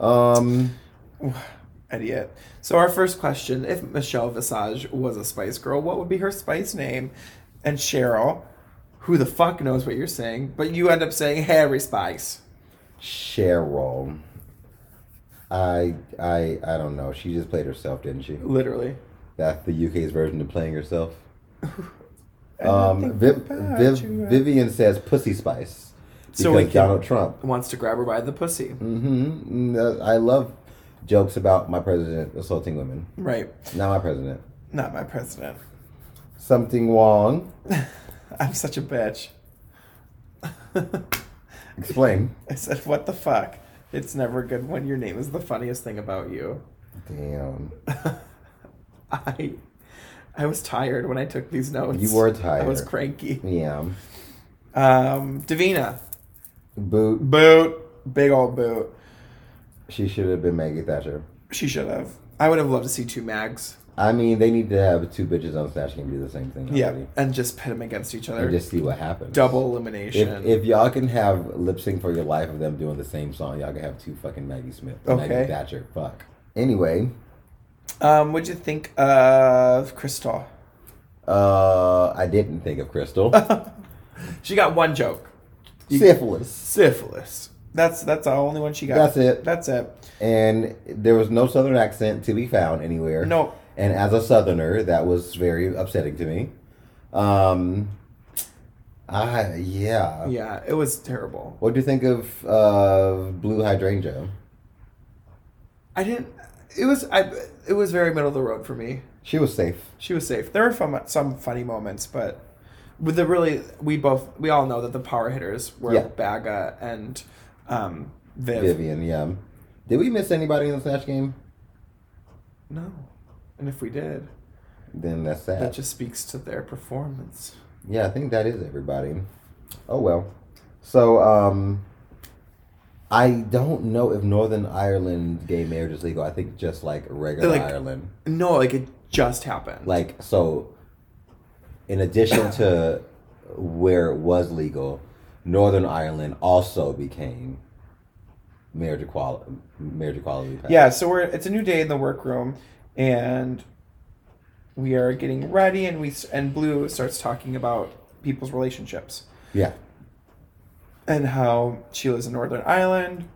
S2: Um,
S3: Idiot. So our first question: If Michelle Visage was a Spice Girl, what would be her Spice name? And Cheryl, who the fuck knows what you're saying, but you end up saying Harry Spice.
S2: Cheryl. I I I don't know. She just played herself, didn't she?
S3: Literally.
S2: That's the UK's version of playing
S3: [LAUGHS]
S2: herself.
S3: I don't
S2: Um,
S3: think
S2: Viv,
S3: about
S2: Viv,
S3: you, uh,
S2: Vivian says "pussy spice" because
S3: So we can-
S2: Donald Trump.
S3: wants to grab her by the pussy.
S2: hmm I love jokes about my president assaulting women.
S3: Right.
S2: Not my president.
S3: Not my president.
S2: Something wrong.
S3: I'm such a bitch. [LAUGHS]
S2: Explain.
S3: I said, what the fuck? It's never good when your name is the funniest thing about you.
S2: Damn.
S3: I I was tired when I took these notes.
S2: You were
S3: I was
S2: tired.
S3: cranky.
S2: Yeah.
S3: Um, Davina.
S2: Boot.
S3: Boot. Big old boot.
S2: She should have been Maggie Thatcher.
S3: She should have. I would have loved to see two mags.
S2: I mean, they need to have two bitches on Snatch Game do the same thing.
S3: Yeah.
S2: already.
S3: And just pit them against each other.
S2: And just see what happens.
S3: Double elimination.
S2: If, if y'all can have lip sync for your life of them doing the same song, y'all can have two fucking Maggie Smith,
S3: Okay.
S2: Maggie Thatcher. Fuck. Anyway,
S3: um, what'd you think of Crystal?
S2: uh, I didn't think of
S3: [LAUGHS]
S2: Crystal.
S3: She got one joke.
S2: [LAUGHS] Syphilis,
S3: Syphilis. That's that's the only one she got.
S2: That's it.
S3: That's it.
S2: and there was no Southern accent to be found anywhere.
S3: No.
S2: And as a Southerner, that was very upsetting to me. Um, I yeah.
S3: Yeah, it was terrible.
S2: What do you think of uh, Blue Hydrangea?
S3: I didn't. It was I. It was very middle of the road for me.
S2: She was safe.
S3: She was safe. There were fun, some funny moments, but with the really we both we all know that the power hitters were
S2: Yeah.
S3: Baga and um, Viv.
S2: Vivian, yeah. Did we miss anybody in the Snatch game?
S3: No, and if we did,
S2: Then that's sad.
S3: that just speaks to their performance.
S2: Yeah, I think that is everybody. Oh well. So um I don't know if Northern Ireland gay marriage is legal. I think just like regular
S3: Like-
S2: Ireland.
S3: No, like it just happened.
S2: Like so in addition to where it was legal, Northern Ireland also became marriage equality marriage equality passed.
S3: yeah, so we're it's a new day in the workroom, and we are getting ready, and we s- and Blue starts talking about people's relationships
S2: Yeah.
S3: and how she lives in Northern Ireland.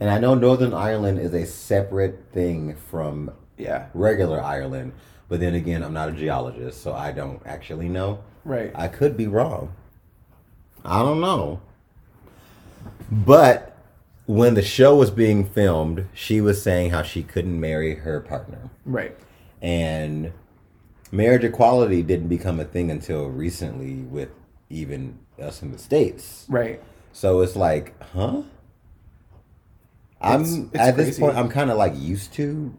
S2: And I know Northern Ireland is a separate thing from
S3: Yeah,
S2: regular Ireland, but then again, I'm not a geologist, so I don't actually know.
S3: right.
S2: I could be wrong. I don't know. But when the show was being filmed, she was saying how she couldn't marry her partner.
S3: right.
S2: And marriage equality didn't become a thing until recently with even us in the States.
S3: Right.
S2: So it's like, huh? I'm
S3: It's- it's
S2: at this
S3: crazy.
S2: point I'm kind of like used to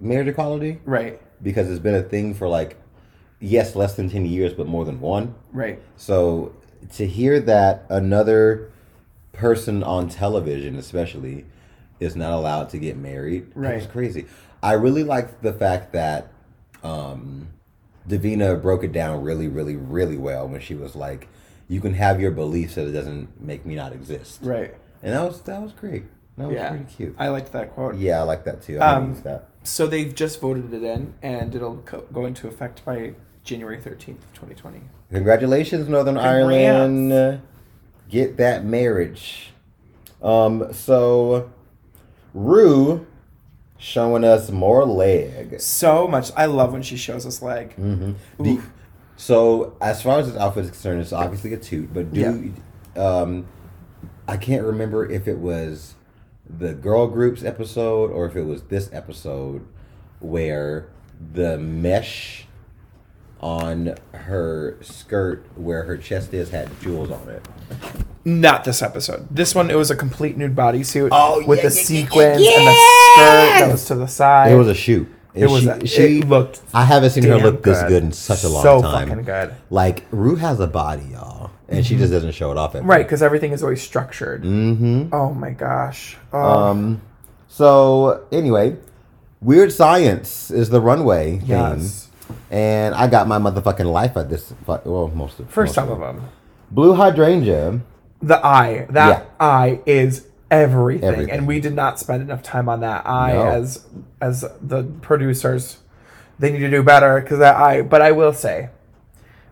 S2: marriage equality
S3: Right.
S2: because it's been a thing for like yes, less than 10 years but more than one.
S3: Right.
S2: So to hear that another person on television, especially, is not allowed to get married, It's
S3: Right.
S2: crazy. I really like the fact that um, Davina broke it down really, really, really well when she was like, "You can have your beliefs, that it doesn't make me not exist."
S3: Right.
S2: And that was that was great. That was
S3: Yeah.
S2: pretty cute.
S3: I liked that quote.
S2: yeah, I like that too. I
S3: Um,
S2: um, that.
S3: So they've just voted it in, and it'll co- go into effect by January 13th of 2020.
S2: Congratulations, Northern Ireland. Get that marriage. Um, so Rue showing us more leg.
S3: So much. I love when she shows us leg.
S2: Mhm. Do-
S3: Oof.
S2: so as far as this outfit is concerned, it's obviously a toot, but do um I can't remember if it was the girl groups episode or if it was this episode where the mesh on her skirt where her chest is had jewels on it.
S3: Not this episode. This one, it was a complete nude bodysuit
S2: Oh,
S3: with
S2: yeah,
S3: the
S2: yeah, yeah,
S3: sequins
S2: yeah,
S3: and the skirt that was to the side.
S2: It was a shoot.
S3: It was a- it looked
S2: I haven't seen her
S3: damn
S2: look this
S3: good.
S2: good in such a long
S3: So
S2: time.
S3: fucking good. Mm-hmm.
S2: Like Rue has a body, y'all, and she just doesn't show it off at
S3: Right, because everything is always structured. Mm-hmm. Oh my gosh. Oh,
S2: Um. So anyway, weird science is the runway
S3: Yes.
S2: thing, and I got my motherfucking life at this. fu- Well, most of
S3: First
S2: most
S3: some of them.
S2: Blue hydrangea.
S3: The eye. That
S2: Yeah.
S3: eye is everything.
S2: Everything.
S3: And we did not spend enough time on that eye
S2: No.
S3: as as the producers. They need to do better because that eye. But I will say,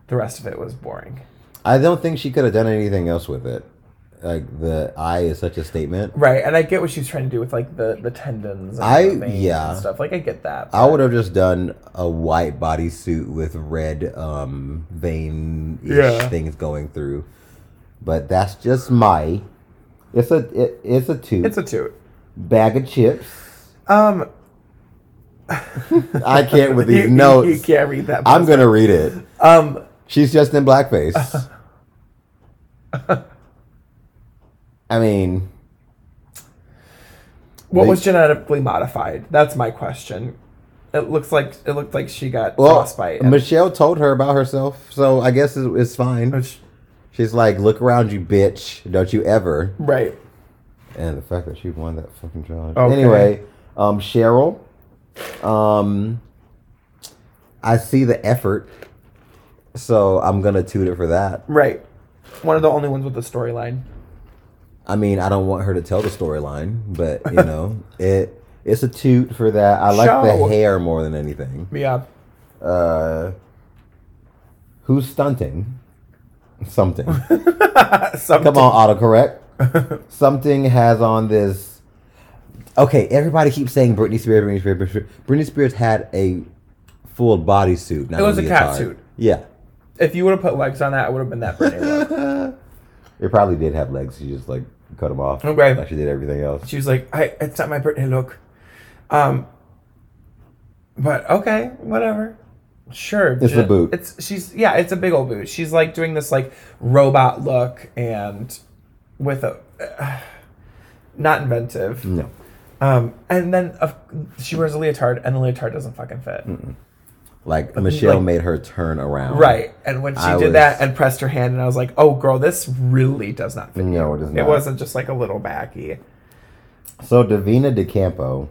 S3: the rest of it was boring.
S2: I don't think she could have done anything else with it. Like the eye is such a statement.
S3: Right, and I get what she was trying to do with like the the tendons. And
S2: I-
S3: the veins
S2: yeah.
S3: and stuff. Like I get that.
S2: I would have just done a white bodysuit with red um vein ish
S3: Yeah.
S2: things going through. But that's just my it's a it, it's a two
S3: It's a toot.
S2: bag of chips.
S3: Um,
S2: I
S3: [LAUGHS]
S2: can't with
S3: you,
S2: these
S3: you- you
S2: notes.
S3: can't read that.
S2: I'm gonna read it.
S3: Um,
S2: She's just in blackface. I mean,
S3: what
S2: They-
S3: was genetically modified? That's my question. It looks like it looked like she got
S2: well,
S3: frostbite. and-
S2: Michelle told her about herself, so I guess it's, it's fine.
S3: which-
S2: She's like, "Look around you, bitch! Don't you ever."
S3: right.
S2: And the fact that she won that fucking challenge.
S3: Okay.
S2: Anyway, um, Cheryl, um, I see the effort, so I'm gonna toot it for that.
S3: Right. One of the only ones with a storyline.
S2: I mean, I don't want her to tell the storyline, but
S3: [LAUGHS]
S2: you know, it it's a toot for that. I like
S3: Show.
S2: the hair more than anything.
S3: Yeah.
S2: Uh, who's stunting? Something.
S3: Something.
S2: Come on, autocorrect. [LAUGHS] Something has on this. Okay, everybody keeps saying Britney Spears, Britney Spears, Britney Spears. Britney Spears had a full bodysuit. not
S3: It was a
S2: leotard.
S3: catsuit.
S2: Yeah.
S3: If you would have put legs on that, it would have been that Britney look.
S2: [LAUGHS] It probably did have legs. She just like cut them off.
S3: Okay.
S2: Like she did everything else.
S3: She was like, I, it's not my Britney look. Um, but okay, whatever. Sure.
S2: It's
S3: ju-
S2: a boot.
S3: It's she's yeah, it's a big old boot. She's like doing this like robot look and with a [SIGHS] not inventive.
S2: No.
S3: Um, and then uh, she wears a leotard, and the leotard doesn't fucking fit.
S2: Like Michelle
S3: like-
S2: made her turn around.
S3: Right. And when she
S2: I
S3: did
S2: was-
S3: that and pressed her hand, and I was like, "Oh, girl, this really does not fit."
S2: No, it is
S3: It
S2: not.
S3: wasn't just like a little backy.
S2: So Davina DeCampo,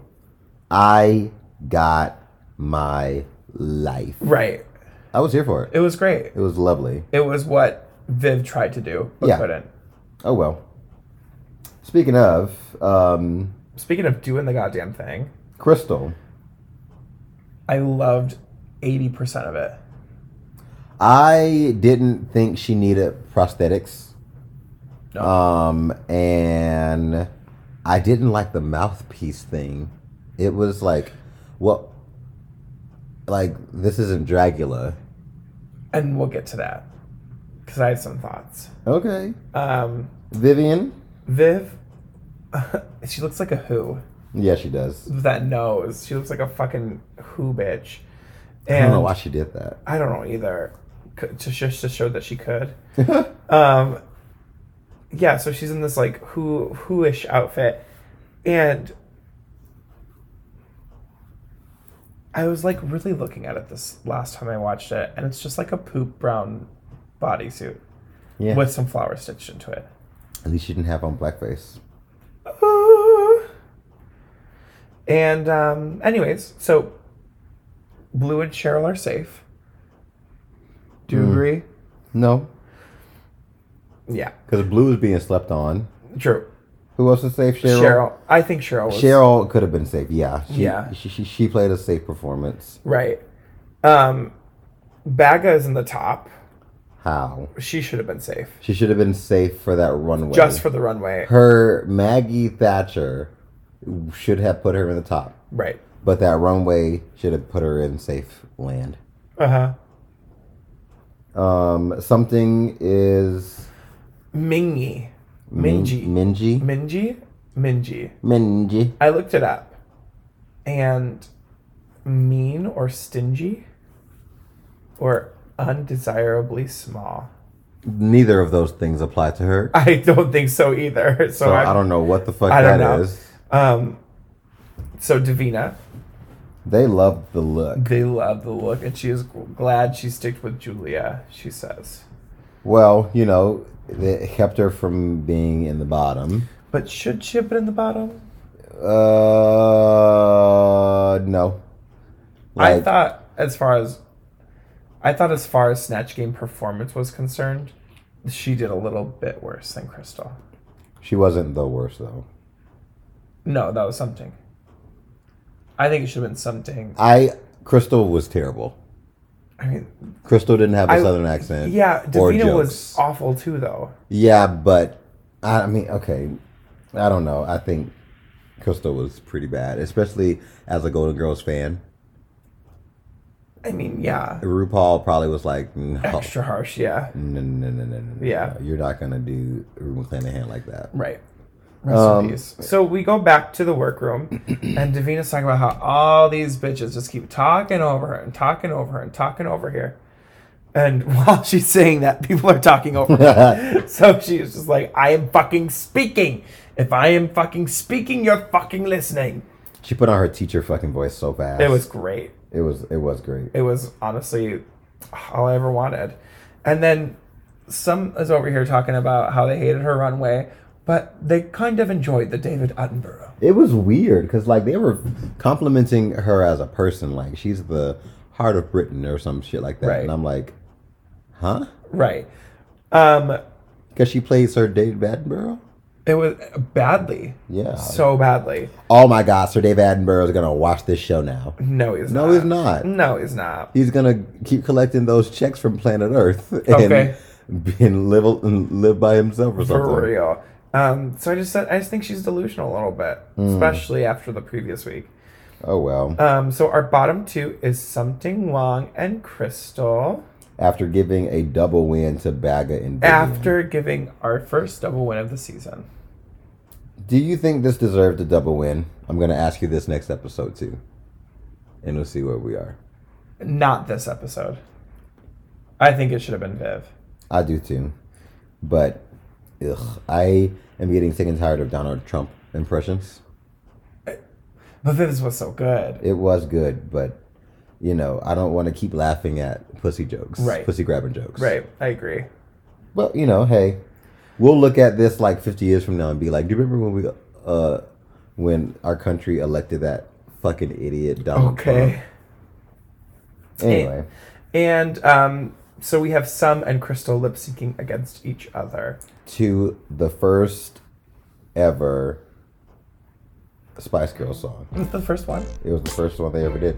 S2: I got my life.
S3: Right.
S2: I was here for it.
S3: It was great.
S2: It was lovely.
S3: It was what Viv tried to do but
S2: Yeah.
S3: couldn't.
S2: Oh well. Speaking of, um,
S3: Speaking of doing the goddamn thing,
S2: Crystal,
S3: I loved eighty percent of it.
S2: I didn't think she needed prosthetics.
S3: No.
S2: Um, and I didn't like the mouthpiece thing. It was like, well, like this isn't Dracula.
S3: and we'll get to that because I have some thoughts.
S2: Okay,
S3: Um,
S2: Vivian.
S3: Viv, [LAUGHS] she looks like a who
S2: Yeah, she does.
S3: with that nose. She looks like a fucking who bitch.
S2: I
S3: And
S2: don't know why she did that.
S3: I don't know either. C- to sh- Just to show that she could. um, yeah, so she's in this like who whoish outfit, and I was like really looking at it this last time I watched it, and it's just like a poop brown bodysuit
S2: Yeah.
S3: with some flower stitched into it.
S2: At least she didn't have on blackface.
S3: And um, anyways, so Blue and Cheryl are safe. Do you agree?
S2: No,
S3: Yeah,
S2: because Blue is being slept on.
S3: true.
S2: Who else is safe?
S3: Cheryl.
S2: Cheryl.
S3: I think Cheryl was
S2: Cheryl could have been safe. Yeah. She,
S3: Yeah.
S2: She, she she played a safe performance.
S3: right. Um, Baga is in the top.
S2: How?
S3: She should have been safe
S2: She should have been safe for that runway.
S3: just for the runway.
S2: her Maggie Thatcher should have put her in the top,
S3: Right.
S2: but that runway should have put her in safe land.
S3: Uh
S2: Uh-huh.
S3: huh.
S2: Um, something is
S3: Mingy.
S2: Min-
S3: Mingy.
S2: Minji.
S3: Mingy. Mingy.
S2: Minji.
S3: I looked it up, and mean or stingy, or undesirably small. [LAUGHS]
S2: Neither of those things apply to her.
S3: I don't think so either. So,
S2: So
S3: I'm-
S2: I don't know what the fuck
S3: I don't
S2: that
S3: know.
S2: is.
S3: Um, so Davina,
S2: They love the look.
S3: they love the look, and she is glad she sticked with Julia. She says,
S2: Well, you know, it kept her from being in the bottom.
S3: but should she have been in the bottom?
S2: Uh, no.
S3: I
S2: Like,
S3: thought, as far as I thought, as far as snatch game performance was concerned, she did a little bit worse than Crystal.
S2: she wasn't the worst though.
S3: No, that was something. I think it should have been something.
S2: I Crystal was terrible.
S3: I mean,
S2: Crystal didn't have a
S3: I-
S2: southern accent.
S3: yeah,
S2: or
S3: Davina was
S2: jokes.
S3: awful too, though.
S2: Yeah, but I I mean, okay, I don't know. I think Crystal was pretty bad, especially as a Golden Girls fan.
S3: I mean, yeah,
S2: RuPaul probably was like, no,
S3: extra harsh, yeah,
S2: no, no, no, no, no, no,
S3: Yeah.
S2: you're not gonna do Ruben McClanahan like that.
S3: right. Rest
S2: Um,
S3: in peace. So we go back to the workroom, and Davina's talking about how all these bitches just keep talking over her and talking over her and talking over here. And [LAUGHS] while she's saying that, people are talking
S2: [LAUGHS]
S3: over her. So she was just like, I am fucking speaking. If I am fucking speaking, you're fucking listening.
S2: she put on her teacher fucking voice so fast.
S3: It was great.
S2: it was it was great.
S3: It was honestly all I ever wanted. And then some is over here talking about how they hated her runway, but they kind of enjoyed the David Attenborough.
S2: It was weird because like they were complimenting her as a person, like she's the heart of Britain or some shit like that,
S3: Right.
S2: and I'm like, huh?
S3: Right. Um
S2: Because she plays Sir David Attenborough.
S3: it was badly.
S2: Yeah.
S3: So badly.
S2: Oh my God, Sir David Attenborough is gonna watch this show now.
S3: No, he's
S2: No,
S3: not.
S2: he's not.
S3: No, he's not.
S2: He's gonna keep collecting those checks from Planet Earth [LAUGHS] and,
S3: Okay.
S2: and live and live by himself or something.
S3: For real. Um, so I just said I just think she's delusional a little bit,
S2: Hmm.
S3: especially after the previous week.
S2: Oh well.
S3: Um, so our bottom two is something Wong and Crystal.
S2: After giving a double win to Baga and Vivian.
S3: after giving our first double win of the season.
S2: do you think this deserved a double win? I'm gonna ask you this next episode too, and we'll see where we are.
S3: Not this episode. I think it should have been Viv.
S2: I do too. But ugh, I am getting sick and tired of Donald Trump impressions.
S3: But Viv's was so good.
S2: It was good, but you know, I don't want to keep laughing at pussy jokes.
S3: Right.
S2: Pussy grabbing jokes.
S3: Right, I agree.
S2: Well, you know, hey, we'll look at this like 50 years from now and be like, do you remember when we, uh, when our country elected that fucking idiot Donald
S3: Okay.
S2: Trump? Anyway,
S3: And um, so we have Sum and Crystal lip syncing against each other.
S2: to the first ever Spice Girl song.
S3: It's the first one.
S2: It was the first one they ever did.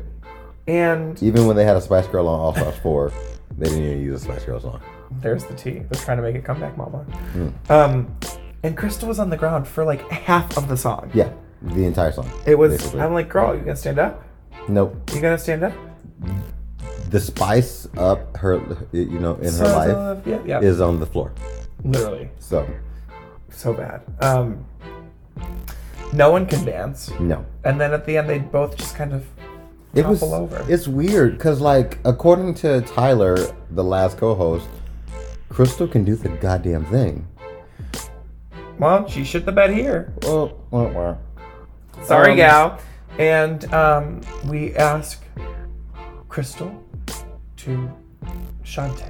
S3: And
S2: Even when they had a Spice Girl on All Stars 4, they didn't even use a Spice Girl song.
S3: there's the T. They're trying to make a comeback, Mama.
S2: Hmm.
S3: Um, and Crystal was on the ground for like half of the song.
S2: Yeah, the entire song.
S3: It was.
S2: basically.
S3: I'm like, girl, you gonna stand up?
S2: nope.
S3: You gonna stand up?
S2: The spice up her, you know, in her
S3: So-
S2: life
S3: Yeah, yeah.
S2: is on the floor.
S3: literally
S2: So,
S3: so bad. Um, no one can dance.
S2: no.
S3: And then at the end, they both just kind of
S2: It
S3: topple
S2: was.
S3: over.
S2: It's weird because, like, according to Tyler, the last co-host, Crystal can do the goddamn thing.
S3: well, she shit the bed here.
S2: Oh, wah, wah.
S3: Sorry,
S2: Um,
S3: gal. And um, we ask Crystal to Shantae,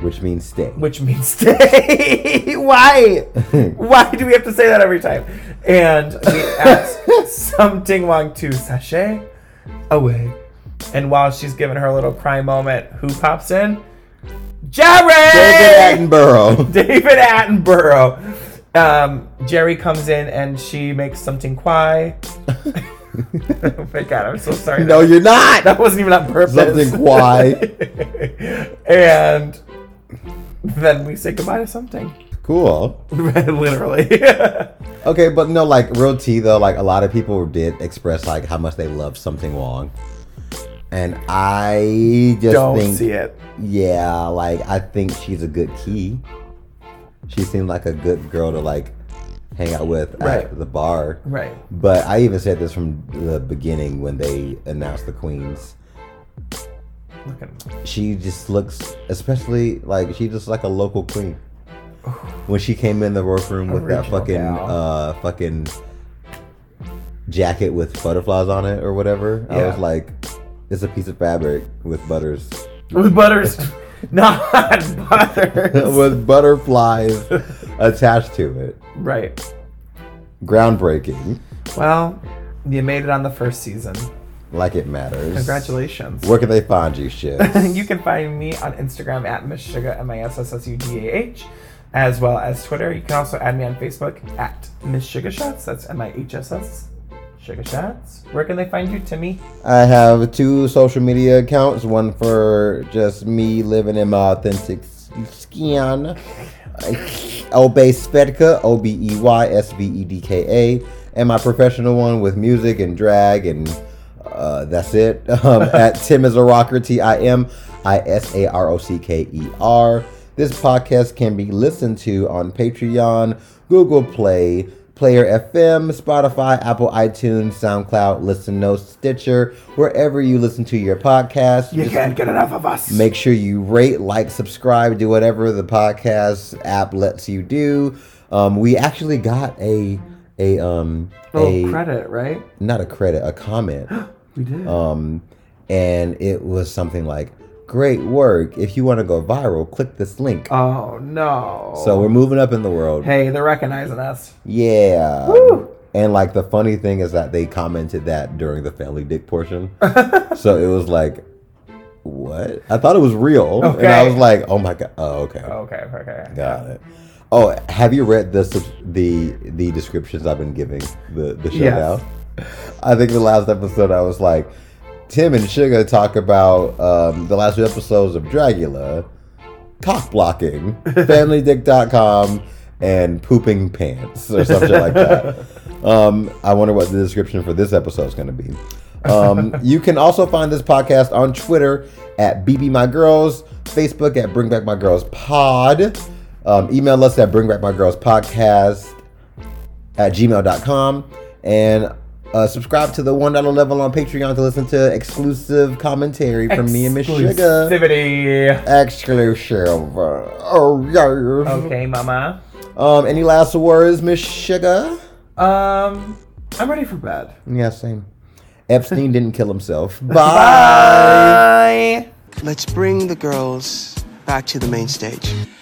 S2: which means stay.
S3: which means [LAUGHS] stay. Why?
S2: [LAUGHS]
S3: Why do we have to say that every time? And we
S2: [LAUGHS]
S3: ask something Wang to sachet away. And while she's giving her little cry moment, who pops in? Jerry!
S2: David
S3: [LAUGHS]
S2: Attenborough. [LAUGHS]
S3: David Attenborough. Um, Jerry comes in and she makes something quai. [LAUGHS] oh my god, I'm so sorry.
S2: no,
S3: that,
S2: you're not.
S3: that wasn't even on purpose.
S2: Something quiet.
S3: [LAUGHS] and then we say goodbye to something. [LAUGHS]
S2: Cool.
S3: Literally. [LAUGHS]
S2: Okay, but no, like real tea though. Like a lot of people did express like how much they love something wrong, and I just
S3: Don't
S2: think,
S3: see it.
S2: yeah, like I think she's a good key. She seemed like a good girl to like hang out with
S3: Right.
S2: at the bar.
S3: Right.
S2: But I even said this from the beginning when they announced the queens.
S3: Look at him.
S2: She just looks, especially like she just like a local queen. When she came in the workroom with that
S3: Original
S2: fucking
S3: gal.
S2: uh fucking jacket with butterflies on it or whatever, I
S3: Yeah.
S2: was like, it's a piece of fabric with
S3: [LAUGHS]
S2: butters
S3: With butters. [LAUGHS] Not
S2: [LAUGHS]
S3: butters.
S2: with butterflies [LAUGHS] attached to it.
S3: right.
S2: Groundbreaking,
S3: Well, you made it on the first season.
S2: like it matters.
S3: Congratulations.
S2: Where can they find you,
S3: [LAUGHS]
S2: shit?
S3: you can find me on Instagram at Miss Sugar, M I S S S U G A H, as well as Twitter. You can also add me on Facebook at Miss Sugar Shots. That's M I H S S Sugar Shots. Where can they find you, Timmy?
S2: I have two social media accounts. One for just me living in my authentic s- skin. Obey Svedka, O B E Y S V E D K A. And my professional one with music and drag, and uh, that's it. [LAUGHS] Um, at Tim is a Rocker, T I M I S A R O C K E R. This podcast can be listened to on Patreon, Google Play, Player FM, Spotify, Apple iTunes, SoundCloud, Listen No, Stitcher, wherever you listen to your podcast. Just
S3: can't get enough of us.
S2: Make sure you rate, like, subscribe, do whatever the podcast app lets you do. Um, we actually got a a um
S3: oh,
S2: a
S3: credit, right?
S2: not a credit, a comment. [GASPS]
S3: We did.
S2: Um, and it was something like, "Great work! If you want to go viral, click this link."
S3: oh no.
S2: so we're moving up in the world.
S3: hey, they're recognizing us.
S2: Yeah.
S3: Woo!
S2: And like the funny thing is that they commented that during the family dick
S3: [LAUGHS]
S2: portion. so it was like, what? I thought it was real. And I
S3: Okay.
S2: was like, oh my god. Oh, okay.
S3: Okay, okay.
S2: Got it. Oh, have you read the subs- the the descriptions I've been giving the the show
S3: Yes.
S2: now? I think the last episode I was like, Tim and Sugar talk about um, the last two episodes of Dragula, cock blocking, [LAUGHS] familydick.com, and pooping pants or something like that. Um, I wonder what the description for this episode is going to be. Um, you can also find this podcast on Twitter at BB My Girls, Facebook at Bring Back My Girls Pod, um, email us at Bring Back My Girls Podcast at gmail.com and Uh, subscribe to the one dollar level on Patreon to listen to exclusive commentary from me and Miss Sugar.
S3: Exclusivity.
S2: Exclusive. Oh yeah.
S3: Okay, mama.
S2: Um, any last words, Miss Sugar?
S3: Um, I'm ready for bed.
S2: Yeah, same. Epstein didn't kill himself. Bye.
S3: Bye.
S1: Let's bring the girls back to the main stage.